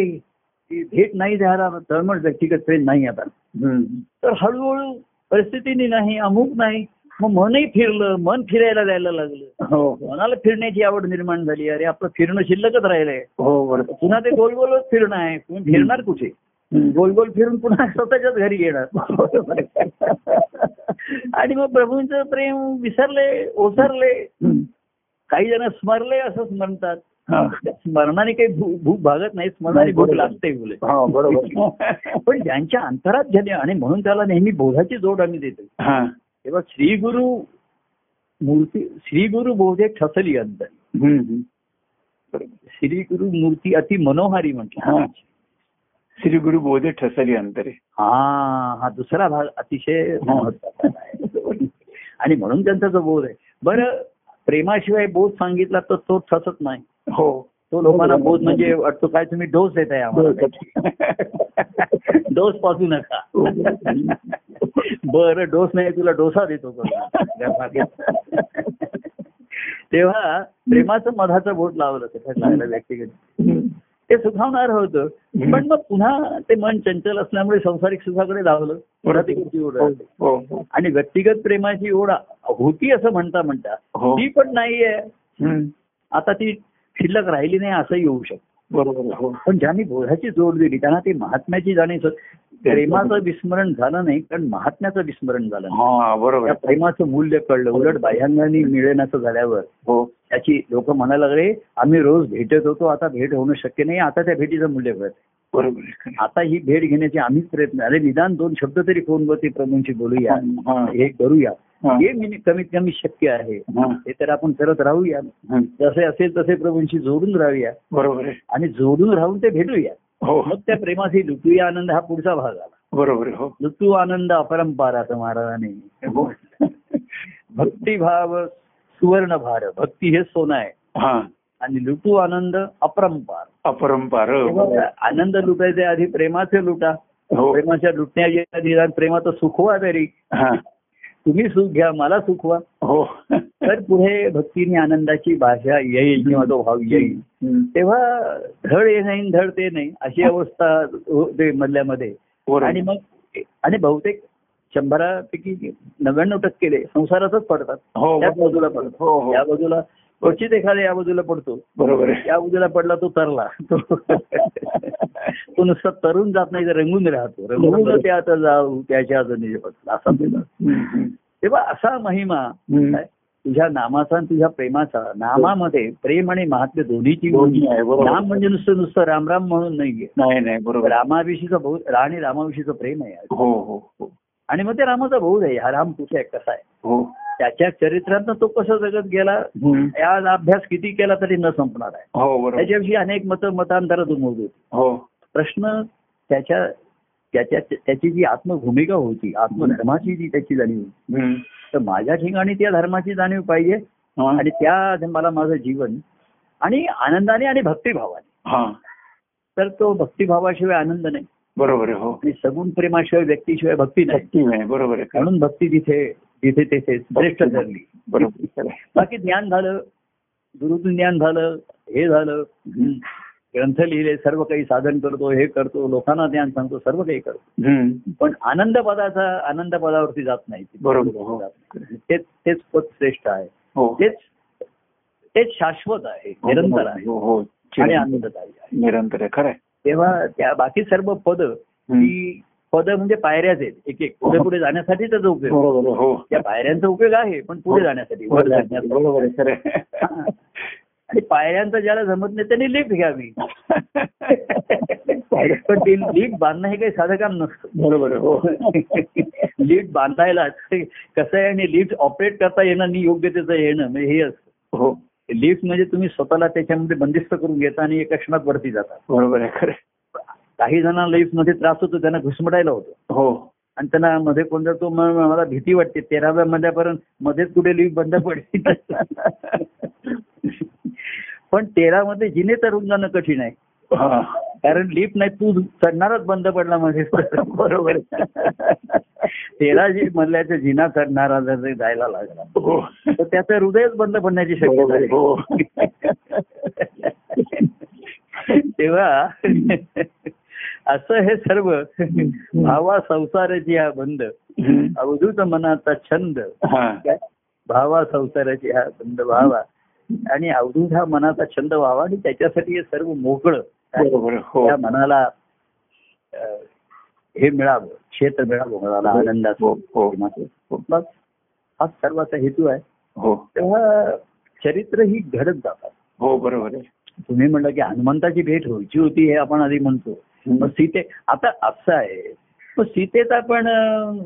Speaker 2: ही भेट नाही द्यायला तळमळ व्यक्तिगत प्रेम नाही आता
Speaker 1: हम्म.
Speaker 2: तर हळूहळू परिस्थितीने नाही अमुक नाही मग मनही फिरलं मन फिरायला जायला लागलं
Speaker 1: हो
Speaker 2: मनाला फिरण्याची आवड निर्माण झाली अरे आपलं फिरणं शिल्लकच राहिलंय
Speaker 1: हो बरोबर
Speaker 2: पुन्हा ते गोल गोलच फिरणं आहे तुम्ही फिरणार कुठे गोल गोल फिरून पुन्हा स्वतःच्याच घरी येणार आणि मग प्रभूंचं प्रेम विसरले ओसरले
Speaker 1: हम्म.
Speaker 2: काही जण स्मरले असंच म्हणतात
Speaker 1: हा.
Speaker 2: स्मरणाने काही भू- भूक भागत नाही स्मरणाने
Speaker 1: नाही,
Speaker 2: भूक
Speaker 1: बरोबर.
Speaker 2: लागते बोले
Speaker 1: हा बरोबर
Speaker 2: पण ज्यांच्या अंतरात झाले आणि म्हणून त्याला नेहमी बोधाची जोड आम्ही देतो
Speaker 1: हा
Speaker 2: तेव्हा श्रीगुरु मूर्ती श्रीगुरु बोधे ठसली अंतर
Speaker 1: हम्म, हम्म. बरोबर.
Speaker 2: श्रीगुरु मूर्ती अति मनोहारी
Speaker 1: हा.
Speaker 2: म्हटलं
Speaker 1: श्री गुरु बोधे ठसली अंतरे
Speaker 2: हा हा दुसरा भाग अतिशय महत्वाचा आहे. आणि म्हणून त्यांचा जो बोध आहे बरं प्रेमाशिवाय बोध सांगितला तर तो ठसत नाही
Speaker 1: हो
Speaker 2: तो लोकांना बोध म्हणजे वाटतो काय तुम्ही डोस देताय आम्हाला डोस पाजू नका बरं डोस नाही तुला डोसा देतो करून. तेव्हा प्रेमाचं मधाचं बोट लावलं ते ठरलायला व्यक्तिगत ते सुखावणार होतं पण मग पुन्हा ते मन चंचल असल्यामुळे संसारिक सुखाकडे धावलं पुन्हा तिकडची ओढ आली.
Speaker 1: हो हो.
Speaker 2: आणि व्यक्तिगत प्रेमाची ओढ होती असं म्हणता म्हणता
Speaker 1: हो
Speaker 2: ती पण नाहीये
Speaker 1: हम्म.
Speaker 2: आता ती शिल्लक राहिली नाही असंही होऊ शकतं
Speaker 1: बरोबर आहे. हो
Speaker 2: पण ज्यांनी बोधाची जोड दिली त्यांना ते महात्म्याची जाणीव
Speaker 1: हो.
Speaker 2: स्वत- प्रेमाचं विस्मरण झालं नाही कारण महात्म्याचं विस्मरण झालं नाही.
Speaker 1: हा बरोबर
Speaker 2: त्या
Speaker 1: आहे.
Speaker 2: प्रेमाचं मूल्य कळलं उलट बाह्यांनी मिळेनाचं झाल्यावर
Speaker 1: हो
Speaker 2: त्याची लोक म्हणायला लागले आम्ही रोज भेटत होतो आता भेट होणं शक्य नाही आता त्या भेटीचं मूल्य कळत
Speaker 1: बरोबर आहे. खरं आहे.
Speaker 2: आता ही भेट घेण्याचे आम्हीच प्रयत्न अरे निदान दोन शब्द तरी फोनवरती प्रभूंशी बोलूया
Speaker 1: हा,
Speaker 2: हे करूया
Speaker 1: हा.
Speaker 2: हे मिनि- कमीत कमी शक्य आहे
Speaker 1: हा.
Speaker 2: हे तर आपण करत राहूया
Speaker 1: हम्म.
Speaker 2: जसे असेल तसे प्रभूंशी जोडून राहूया
Speaker 1: बरोबर आहे
Speaker 2: आणि जोडून राहून ते भेटूया
Speaker 1: हो
Speaker 2: मग त्या प्रेमाशी लुटूया आनंद हा पुढचा भाग आला
Speaker 1: बरोबर आहे. हो
Speaker 2: लुटू आनंद अपरंपार असं महाराजांनी
Speaker 1: हो
Speaker 2: भक्तिभाव सुवर्ण भार भक्ती हे सोनं आहे
Speaker 1: हा
Speaker 2: आणि लुटू आनंद अपरंपार
Speaker 1: हो, अपरंपार
Speaker 2: तेव्हा आनंद लुटायच्या आधी प्रेमाचे लुटा
Speaker 1: हो
Speaker 2: प्रेमाच्या लुटण्याच्या निदान प्रेमाचं सुखवा तरी
Speaker 1: हा
Speaker 2: तुम्ही सुख घ्या मला सुख व्हा
Speaker 1: हो
Speaker 2: तर पुढे भक्तीने आनंदाची भाषा येईल किंवा तो भाव येईल
Speaker 1: हम्म.
Speaker 2: तेव्हा धड हे नाही धड ते नाही अशी अवस्था होते मधल्यामध्ये
Speaker 1: बरोबर.
Speaker 2: आणि मग आणि बहुतेक शंभरापैकी नव्याण्णव टक्के संसारातच पडतात
Speaker 1: हो
Speaker 2: त्याच
Speaker 1: बरोबर.
Speaker 2: बाजूला पडतात
Speaker 1: हो हो
Speaker 2: या बाजूला क्वचित एखादा या बाजूला पडतो
Speaker 1: बरोबर आहे
Speaker 2: या बाजूला पडला तो तरला तो तो नुसता तरुण जात नाही तर रंगून राहतो रंगून
Speaker 1: बरोबर.
Speaker 2: त्या आता जाऊ त्याच्या अजून असा पहिला.
Speaker 1: हम्म.
Speaker 2: तेव्हा असा महिमा
Speaker 1: हम्म.
Speaker 2: काय? तुझ्या नामाचा आणि तुझ्या प्रेमाचा नामामध्ये प्रेम आणि महात्म्य दोन्हीची
Speaker 1: दोन्ही
Speaker 2: गोष्ट
Speaker 1: आहे, बरोबर.
Speaker 2: नाम म्हणजे नुसतं नुसतं रामराम म्हणून नाहीये
Speaker 1: नाही नाही बरोबर आहे.
Speaker 2: रामाविषयीचं बहुत आणि रामाविषयीचं प्रेम आहे
Speaker 1: हो हो हो
Speaker 2: आणि मग ते रामाचा बहुत आहे हा राम कुठे आहे कसा आहे
Speaker 1: हो
Speaker 2: त्याच्या चरित्रांना तो कसं जगत गेला
Speaker 1: हम्म.
Speaker 2: या अभ्यास किती केला तरी न संपणार आहे
Speaker 1: हो बरोबर
Speaker 2: त्याच्याविषयी अनेक मत मतांतरात उमगत होती
Speaker 1: हो
Speaker 2: प्रश्न त्याच्या त्याच्या त्याची जी आत्मभूमिका होती आत्मधर्माची जी त्याची जाणीव होती
Speaker 1: हम्म.
Speaker 2: तर माझ्या ठिकाणी त्या धर्माची जाणीव पाहिजे
Speaker 1: हा.
Speaker 2: आणि त्या मला माझं जीवन आणि आनंदाने आणि भक्तिभावाने
Speaker 1: हा
Speaker 2: तर तो भक्तिभावाशिवाय आनंद नाही
Speaker 1: बरोबर आहे हो
Speaker 2: आणि सगुण प्रेमाशिवाय व्यक्तीशिवाय भक्ती नाही
Speaker 1: शक्ती नाही बरोबर आहे
Speaker 2: म्हणून भक्ती तिथे तिथे तेथे श्रेष्ठ
Speaker 1: भक्ती.
Speaker 2: ठरली
Speaker 1: बरोबर खरं आहे.
Speaker 2: बाकी ज्ञान झालं गुरुतून ज्ञान झालं हे झालं
Speaker 1: हम्म.
Speaker 2: ग्रंथ लिहिले सर्व काही साधन करतो हे करतो लोकांना ज्ञान सांगतो सर्व काही करतो
Speaker 1: हम्म.
Speaker 2: पण आनंद पदाचा आनंद पदावरती जात नाही
Speaker 1: बरोबर हो
Speaker 2: तेच तेच पद श्रेष्ठ आहे
Speaker 1: हो
Speaker 2: तेच तेच शाश्वत आहे निरंतर आहे
Speaker 1: हो हो
Speaker 2: आणि आनंददायी आहे
Speaker 1: निरंतर आहे खरं आहे
Speaker 2: तेव्हा त्या बाकी सर्व पद
Speaker 1: हम्म.
Speaker 2: ही पद म्हणजे पायऱ्याच आहेत एक एक पुढे पुढे जाण्यासाठी त्याचा उपयोग आहे.
Speaker 1: बरोबर आहे, हो
Speaker 2: त्या पायऱ्यांचा उपयोग आहे पण पुढे जाण्यासाठी वर जाण्यासाठी.
Speaker 1: बरोबर आहे खरं
Speaker 2: हा. आणि पायऱ्यांचा ज्याला जमत नाही त्याने लिफ्ट घ्यावी
Speaker 1: आहे.
Speaker 2: पण ते लिफ्ट बांधणं हे काही साधं काम नसतं
Speaker 1: बरोबर आहे, हो
Speaker 2: लिफ्ट बांधायला कसं आहे आणि लिफ्ट ऑपरेट करता येणं आणि योग्य त्याचं येणं म्हणजे हे असतं
Speaker 1: हो
Speaker 2: लिफ्ट म्हणजे तुम्ही स्वतःला त्याच्यामध्ये बंदिस्त करून घेता आणि एका क्षणात वरती जाता
Speaker 1: बरोबर आहे खरं आहे.
Speaker 2: काही जणांना लिफ्ट मध्ये त्रास होतो त्यांना घुसमटायला होतो
Speaker 1: हो
Speaker 2: आणि त्यांना मध्ये कोणता तो म- म- मला भीती वाटते तेराव्या मध्यापर्यंत मध्येच कुठे लिफ्ट बंद पडली पण तेरामध्ये जिने तरुण जाणं कठीण आहे
Speaker 1: हा.
Speaker 2: कारण लिफ्ट नाही तू चढणारच बंद पडला मध्ये
Speaker 1: बरोबर
Speaker 2: तेरा जी मधल्याच्या जिना चढणारा जर ते जायला लागला
Speaker 1: हो
Speaker 2: तर त्याचं हृदयच बंद पडण्याची शक्यता
Speaker 1: बरोबर आहे,
Speaker 2: आहे.
Speaker 1: हो
Speaker 2: तेव्हा असं हे सर्व भावा संसाराची हा बंद
Speaker 1: हम्म.
Speaker 2: अवधूत मनाचा छंद
Speaker 1: हा.
Speaker 2: काय? भावा संसाराची हा बंद व्हावा आणि अवधूत हा मनाचा छंद व्हावा आणि त्याच्यासाठी हे सर्व मोकळं काय?
Speaker 1: बरोबर आहे, हो
Speaker 2: त्या मनाला अं, हे मिळावं क्षेत्र मिळावं मनाला आनंदाचं
Speaker 1: हो हो
Speaker 2: मग हा सर्वाचा हेतू आहे
Speaker 1: हो
Speaker 2: तेव्हा चरित्र ही घडत जातात
Speaker 1: हो बरोबर आहे
Speaker 2: तुम्ही म्हणलं की हनुमंताची भेट व्हायची होती हे आपण आधी म्हणतो मग सीते आता असं आहे मग सीतेचा पण अं,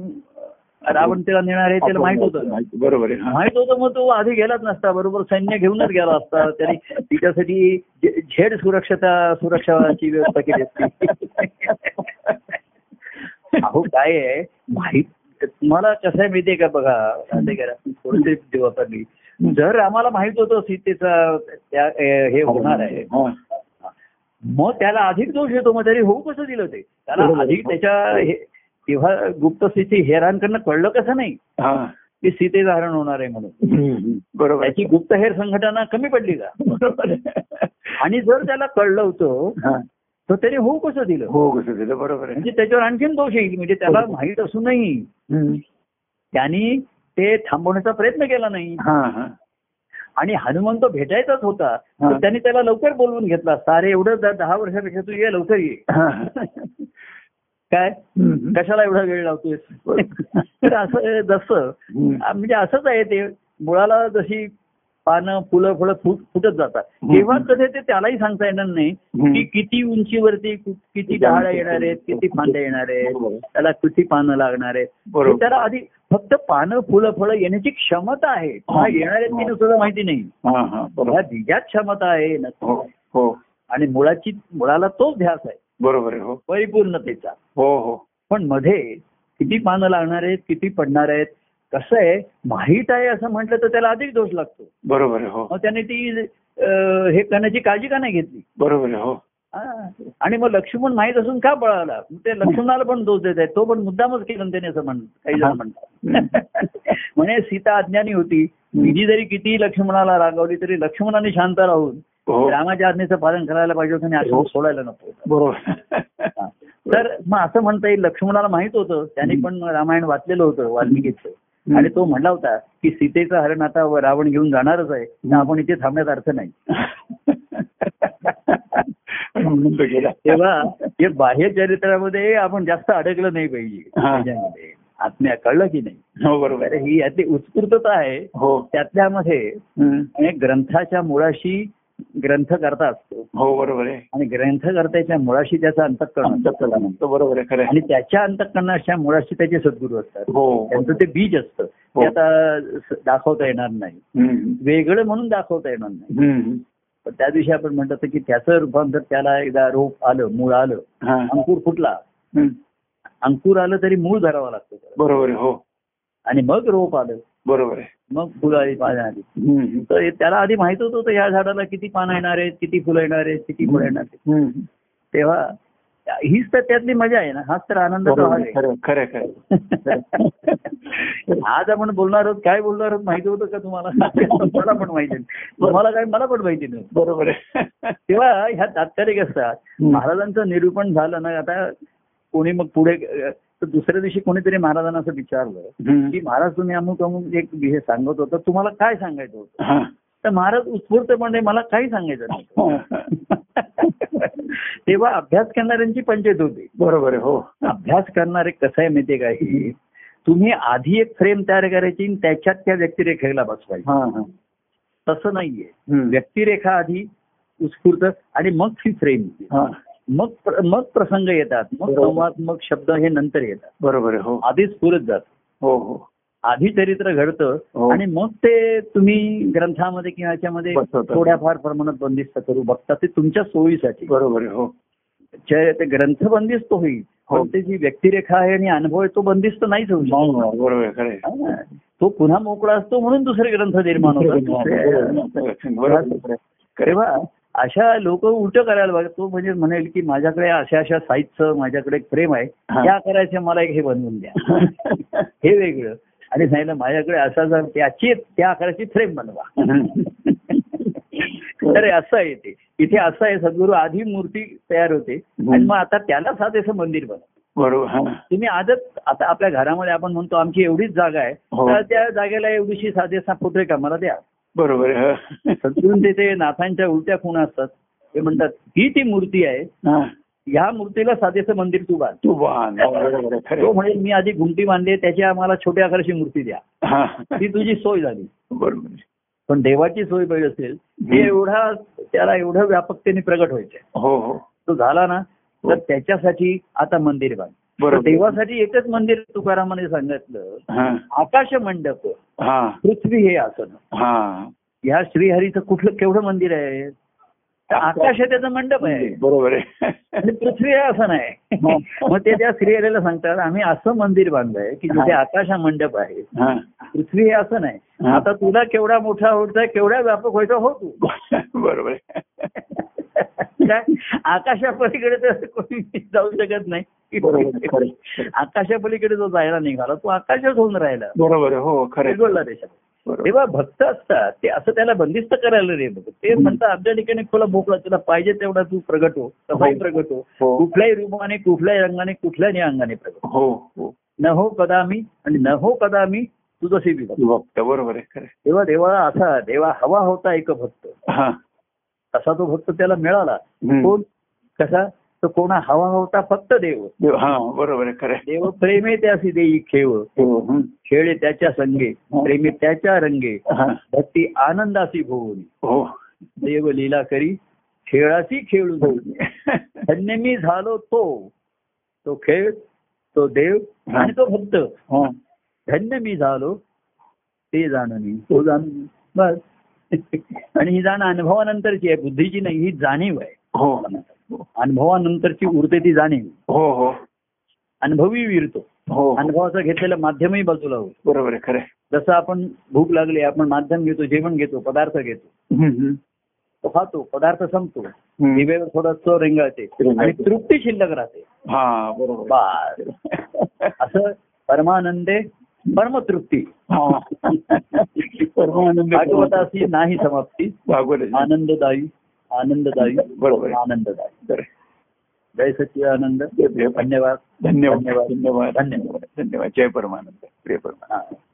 Speaker 2: रावण तिला नेणार आहे त्याला माहित होतं
Speaker 1: माहिती- बरोबर आहे हा.
Speaker 2: माहित होतं मग तो आधी गेलाच नसता बरोबर सैन्य घेऊनच गेला असता त्याने तिच्यासाठी झे- झेड सुरक्षता सुरक्षाची व्यवस्था केली असती अहो काय आहे माहित तुम्हाला कसं आहे माहितीये का बघा आता करा थोडेसे दिवसांनी जर आम्हाला माहित होतं सीतेचा त्या अं, हे होणार आहे
Speaker 1: हो. हा.
Speaker 2: मग त्याला अधिक दोष येतो मग तरी होऊ कसं दिलं ते त्याला
Speaker 1: बरोबर.
Speaker 2: अधिक त्याच्या हे- तेव्हा गुप्त स्थिती हेरांकडनं कळलं कसं नाही
Speaker 1: हा.
Speaker 2: की सीतेचं हरण होणार आहे म्हणून
Speaker 1: हम्म. बरोबर आहे.
Speaker 2: त्याची गुप्तहेर संघटना कमी पडली का
Speaker 1: बरोबर आहे.
Speaker 2: आणि जर त्याला कळलं होतं
Speaker 1: हा.
Speaker 2: तर त्याने होऊ कसं दिलं
Speaker 1: हो कसं दिलं बरोबर आहे
Speaker 2: म्हणजे त्याच्यावर आणखीन दोष येईल म्हणजे त्याला माहीत असूनही
Speaker 1: हम्म.
Speaker 2: त्यांनी ते थांबवण्याचा प्रयत्न केला नाही
Speaker 1: हा हा
Speaker 2: आणि हनुमंत भेटायचाच होता तर
Speaker 1: हा.
Speaker 2: त्यांनी त्याला लवकर बोलवून घेतला असता अरे एवढं द- दहा वर्षापेक्षा तू ये लवकर ये
Speaker 1: हा.
Speaker 2: काय
Speaker 1: हम्म.
Speaker 2: कशाला एवढा वेळ लावतोयस तर असं जसं
Speaker 1: हम्म.
Speaker 2: आ, म्हणजे असंच आहे ते मुळाला जशी पानं फुलं फळं फुट फुटत जातात
Speaker 1: हम्म.
Speaker 2: तेव्हा कसे ते त्यालाही सांगता येणार नाही की किती उंचीवरती कु- किती डाळ्या येणार आहेत किती फांद्या येणार आहेत
Speaker 1: बरोबर.
Speaker 2: त्याला किती पानं लागणार आहेत हे
Speaker 1: बरोबर
Speaker 2: त्याला आधी फक्त पानं फुलं फळं येण्याची क्षमता आहे
Speaker 1: हा.
Speaker 2: हा येणार आहेत की नाही सुद्धा माहिती नाही
Speaker 1: हा हा
Speaker 2: ह्या
Speaker 1: बरोबर
Speaker 2: ध्यात क्षमता आहे नक्की
Speaker 1: हो हो
Speaker 2: आणि मुळाची मुळाला तोच ध्यास आहे
Speaker 1: बरोबर आहे हो
Speaker 2: परिपूर्णतेचा
Speaker 1: हो हो
Speaker 2: पण मध्ये किती पानं लागणार आहेत किती पडणार आहेत कसं आहे माहीत आहे असं म्हटलं तर त्याला अधिक दोष लागतो
Speaker 1: बरोबर आहे हो
Speaker 2: मग त्याने ती अं, हे करण्याची काळजी का नाही घेतली
Speaker 1: बरोबर आहे हो
Speaker 2: हा. आणि मग लक्ष्मण माहीत असून का पळाला मग ते लक्ष्मणाला पण दोष देत आहेत तो पण मुद्दामच केलं त्याने असं म्हण काही जण म्हणतात म्हणे सीता अज्ञानी होती तिने जरी किती लक्ष्मणाला रागावली तरी लक्ष्मणाने शांत राहून
Speaker 1: हो
Speaker 2: रामाच्या आज्ञेचं पालन करायला पाहिजे होतं आणि आश्रम सोडायला नको होता.
Speaker 1: बरोबर
Speaker 2: हा. तर मग असं म्हणता येईल लक्ष्मणाला माहित होतं त्याने पण रामायण वाचलेलं होतं वाल्मिकीचं आणि तो म्हणला होता की सीतेचं हरण आता व- रावण घेऊन जाणारच आहे तर आपण इथे थांबण्यात अर्थ नाही
Speaker 1: म्हणून तो गेला
Speaker 2: तेव्हा हे बाह्य चरित्रामध्ये आपण जास्त अडकलं नाही पाहिजे
Speaker 1: हा.
Speaker 2: त्याच्यामध्ये आत्म्या कळलं की नाही
Speaker 1: हो बरोबर
Speaker 2: तर ही यातली उत्स्फूर्तता आहे
Speaker 1: हो
Speaker 2: त्यातल्यामध्ये
Speaker 1: हम्म.
Speaker 2: आणि ग्रंथाच्या मुळाशी ग्रंथकर्ता असतो
Speaker 1: हो बरोबर आहे
Speaker 2: आणि ग्रंथकर्त्याच्या मुळाशी त्याचा अंतःकरण असतं.
Speaker 1: तो बरोबर आहे खरं
Speaker 2: आणि
Speaker 1: आहे.
Speaker 2: त्याच्या अंतःकरणाच्या मुळाशी त्याचे सद्गुरू असतात
Speaker 1: हो
Speaker 2: त्यांचं ते बीज असतं
Speaker 1: हो.
Speaker 2: ते आता स- दाखवता येणार नाही
Speaker 1: हम्म.
Speaker 2: वेगळं म्हणून दाखवता येणार नाही
Speaker 1: हम्म.
Speaker 2: पण त्या दिवशी आपण म्हणतो होतो की त्याचं रूपांतर त्याला एकदा रोप आलं मूळ आलं
Speaker 1: हा.
Speaker 2: अंकुर फुटला
Speaker 1: हम्म.
Speaker 2: अंकुर आलं तरी मूळ धरावं लागतं त्याला.
Speaker 1: बरोबर आहे हो
Speaker 2: आणि मग रोप आलं
Speaker 1: बरोबर आहे
Speaker 2: मग फुलं आली पानं आली
Speaker 1: हम्म.
Speaker 2: तर हे- त्याला आधी माहित होत होतं या झाडाला किती पानं येणार आहेत किती फुलं येणार आहेत किती फुलं येणार आहेत
Speaker 1: हम्म.
Speaker 2: तेव्हा हीच तर त्यातली मजा आहे ना हाच तर आनंद
Speaker 1: बरोबर आहे, खरं आहे, खरं आहे, खरं आहे.
Speaker 2: आज आपण बोलणार आहोत काय बोलणार आहोत माहिती होतं का तुम्हाला मला पण माहिती नाही. तुम्हाला काय मला पण माहिती नाही
Speaker 1: बरोबर आहे
Speaker 2: तेव्हा ह्या तात्कालिक असतात
Speaker 1: हम्म.
Speaker 2: महाराजांचं निरूपण झालं ना आता कोणी मग पुढे अ, तर दुसऱ्या दिवशी कोणीतरी महाराजांना असं विचारलं की
Speaker 1: हम्म.
Speaker 2: महाराज तुम्ही अमुक अमुक एक हे सांगत होता तुम्हाला काय सांगायचं होतं
Speaker 1: हा. हो.
Speaker 2: तर महाराज उत्स्फूर्तपणे मला काही सांगायचं नाही तेव्हा अभ्यास करणाऱ्यांची पंचायत होती
Speaker 1: बरोबर आहे हो
Speaker 2: अभ्यास करणारे कसं आहे माहितीये का हे? तुम्ही आधी एक फ्रेम तयार करायची आणि त्याच्यात त्या व्यक्तिरेखेला बसवायची
Speaker 1: हा, हा.
Speaker 2: तसं नाहीये
Speaker 1: हम्म.
Speaker 2: व्यक्तिरेखा आधी उत्स्फूर्त आणि मग ती फ्रेम
Speaker 1: हा.
Speaker 2: मग प्र- मग प्रसंग येतात मग
Speaker 1: बरोबर.
Speaker 2: संवाद मग शब्द हे नंतर येतात
Speaker 1: बरोबर आहे हो
Speaker 2: आधी स्फुरत जात
Speaker 1: हो हो
Speaker 2: आधी चरित्र
Speaker 1: हो.
Speaker 2: घडतं आणि मग ते तुम्ही ग्रंथामध्ये किंवा याच्यामध्ये
Speaker 1: बसवता.
Speaker 2: थोड्याफार प्रमाणात बंदिस्त करू बघता ते तुमच्या सोयीसाठी
Speaker 1: बरोबर आहे हो
Speaker 2: जे- ते ग्रंथ बंदिस्त होईल
Speaker 1: हो.
Speaker 2: पण ते जी व्यक्तिरेखा आहे आणि अनुभव आहे तो बंदिस्त नाहीच होऊ शकत.
Speaker 1: बरोबर आहे खरं आहे.
Speaker 2: हा ना. तो पुन्हा मोकळा असतो म्हणून दुसरे ग्रंथ निर्माण होतात
Speaker 1: हो.
Speaker 2: दुसरे-
Speaker 1: बरोबर आहे.
Speaker 2: तेव्हा अशा लोक उलट करायला बघा तो म्हणजे म्हणेल की माझ्याकडे अशा अशा साईजचं माझ्याकडे एक प्रेम आहे
Speaker 1: हा.
Speaker 2: त्या करायचं मला एक हे बनवून द्या हे वेगळं आणि सांगितलं माझ्याकडे असा जर त्याची त्या आकाराची फ्रेम बनवा तर असं आहे ते इथे असं आहे सद्गुरू आधी मूर्ती तयार होते आणि मग आता त्याला साधेसं मंदिर बनवा
Speaker 1: बरोबर हा.
Speaker 2: तुम्ही आजच आता आपल्या घरामध्ये आपण म्हणतो आमची एवढीच जागा आहे
Speaker 1: हो.
Speaker 2: तर त्या जागेला एवढीशी साधेसा पुत्रे कामाला द्या
Speaker 1: बरोबर आहे हा.
Speaker 2: सद्गुरून तिथे नाथांच्या उलट्या खुणा असतात ते म्हणतात ही ती मूर्ती आहे
Speaker 1: हा.
Speaker 2: ह्या मूर्तीला साधेसं मंदिर तू बांध
Speaker 1: तू बांध हो, बरोबर आहे खरं
Speaker 2: तो
Speaker 1: आहे.
Speaker 2: म्हणेल मी आधी गुंटी बांधली त्याची आम्हाला छोट्या आकाराची मूर्ती द्या
Speaker 1: हा.
Speaker 2: ती तुझी सोय झाली
Speaker 1: बरोबर आहे.
Speaker 2: पण देवाची सोय पाहिजे असेल हे
Speaker 1: हम्म.
Speaker 2: एवढा त्याला एवढं व्यापकतेने प्रगट व्हायचंय
Speaker 1: हो हो
Speaker 2: तो झाला ना
Speaker 1: हो.
Speaker 2: तर त्याच्यासाठी आता मंदिर बांध तर
Speaker 1: बरोबर आहे.
Speaker 2: देवासाठी एकच मंदिर तुकारामाने सांगितलं
Speaker 1: हा.
Speaker 2: आकाश मंडप
Speaker 1: हा
Speaker 2: पृथ्वी हे आसन
Speaker 1: हा
Speaker 2: या श्रीहरीचं कुठलं केवढं मंदिर आहे तर आकाश हे त्याचं मंडप आहे
Speaker 1: बरोबर आहे
Speaker 2: आणि पृथ्वी हे आसन आहे
Speaker 1: हो.
Speaker 2: मग ते त्या श्रीहरीला सांगतात आम्ही असं मंदिर बांधलंय की जिथे
Speaker 1: हा.
Speaker 2: आकाश हा मंडप आहे
Speaker 1: हा.
Speaker 2: पृथ्वी हे आसन आहे
Speaker 1: हा.
Speaker 2: आता तुला केवढा मोठा होता केवढा व्यापक व्हायचा हो तू
Speaker 1: बरोबर आहे
Speaker 2: काय आकाशापलीकडे तर कोणी जाऊ शकत
Speaker 1: बरोबर आहे, खरं
Speaker 2: नाही
Speaker 1: आहे.
Speaker 2: आकाशापलीकडे जो जायला निघाला तो आकाशच होऊन राहिला
Speaker 1: बरोबर आहे हो खरं आहे.
Speaker 2: बिघडला त्याच्यात
Speaker 1: बरोबर
Speaker 2: तेव्हा भक्त असतात ते असं त्याला बंदिस्त करायला रे बघ. ते
Speaker 1: हम्म.
Speaker 2: म्हणतात आमच्या ठिकाणी खुला भोकळा तुला पाहिजे तेवढा तू प्रगट हो कसाही
Speaker 1: हो.
Speaker 2: प्रगट हो
Speaker 1: हो.
Speaker 2: कुठल्याही रूपाने कुठल्याही रंगाने कुठल्याही अंगाने प्रगट
Speaker 1: हो हो
Speaker 2: न हो कदामी आणि न हो कदामी तुझं सेवी भक्त.
Speaker 1: भक्त बरोबर आहे खरं आहे.
Speaker 2: तेव्हा देवा असा देवा हवा होता एक भक्त
Speaker 1: हा
Speaker 2: तसा तो भक्त त्याला मिळाला
Speaker 1: हम्म.
Speaker 2: कोण कसा तो कोणा हवा होता फक्त देव
Speaker 1: देव हा बरोबर आहे खरं आहे.
Speaker 2: देव प्रेमे त्यासी देई खेळ
Speaker 1: हो, हं.
Speaker 2: खेळे त्याच्या संगे प्रेमे त्याच्या रंगे
Speaker 1: हा.
Speaker 2: भक्ती आनंदासी भोवणी
Speaker 1: हो
Speaker 2: देव लीला करी खेळाशी खेळू धन्य मी झालो तो तो खेळ तो देव आणि तो भक्त
Speaker 1: हा.
Speaker 2: धन्य मी झालो ते जाणणी तो जाणून बस आणि ही जाण अनुभवानंतरची आहे बुद्धीची नाही ही जाणीव आहे
Speaker 1: हो
Speaker 2: अनुभवानंतरची उरते ती जाणीव
Speaker 1: हो हो
Speaker 2: अनुभवी विरतो
Speaker 1: हो
Speaker 2: अनुभवाचं घेतलेलं माध्यमही बाजूला होतं
Speaker 1: बरोबर आहे खरं आहे.
Speaker 2: जसं आपण भूक लागली आपण माध्यम घेतो जेवण घेतो पदार्थ घेतो
Speaker 1: हं, हं.
Speaker 2: पाहतो पदार्थ संपतो
Speaker 1: हम्म.
Speaker 2: दिवेवर थोडस रेंगाळते
Speaker 1: रेंगाळते.
Speaker 2: आणि तृप्ती शिल्लक राहते
Speaker 1: हा बरोबर
Speaker 2: बास असं परमानंदे परमतृप्ती
Speaker 1: हा. परमानंद
Speaker 2: भागवताची नाही समाप्ती
Speaker 1: भागवत
Speaker 2: आनंददायी आनंददायी
Speaker 1: बरोबर आहे.
Speaker 2: आनंददायी
Speaker 1: बरं.
Speaker 2: जय सच्चिदानंद
Speaker 1: जय- जय-
Speaker 2: धन्यवाद
Speaker 1: धन्यवाद
Speaker 2: धन्यवाद.
Speaker 1: धन्यवाद
Speaker 2: धन्यवाद.
Speaker 1: धन्यवाद जय परमानंद प्रिय परमानंद
Speaker 2: हा.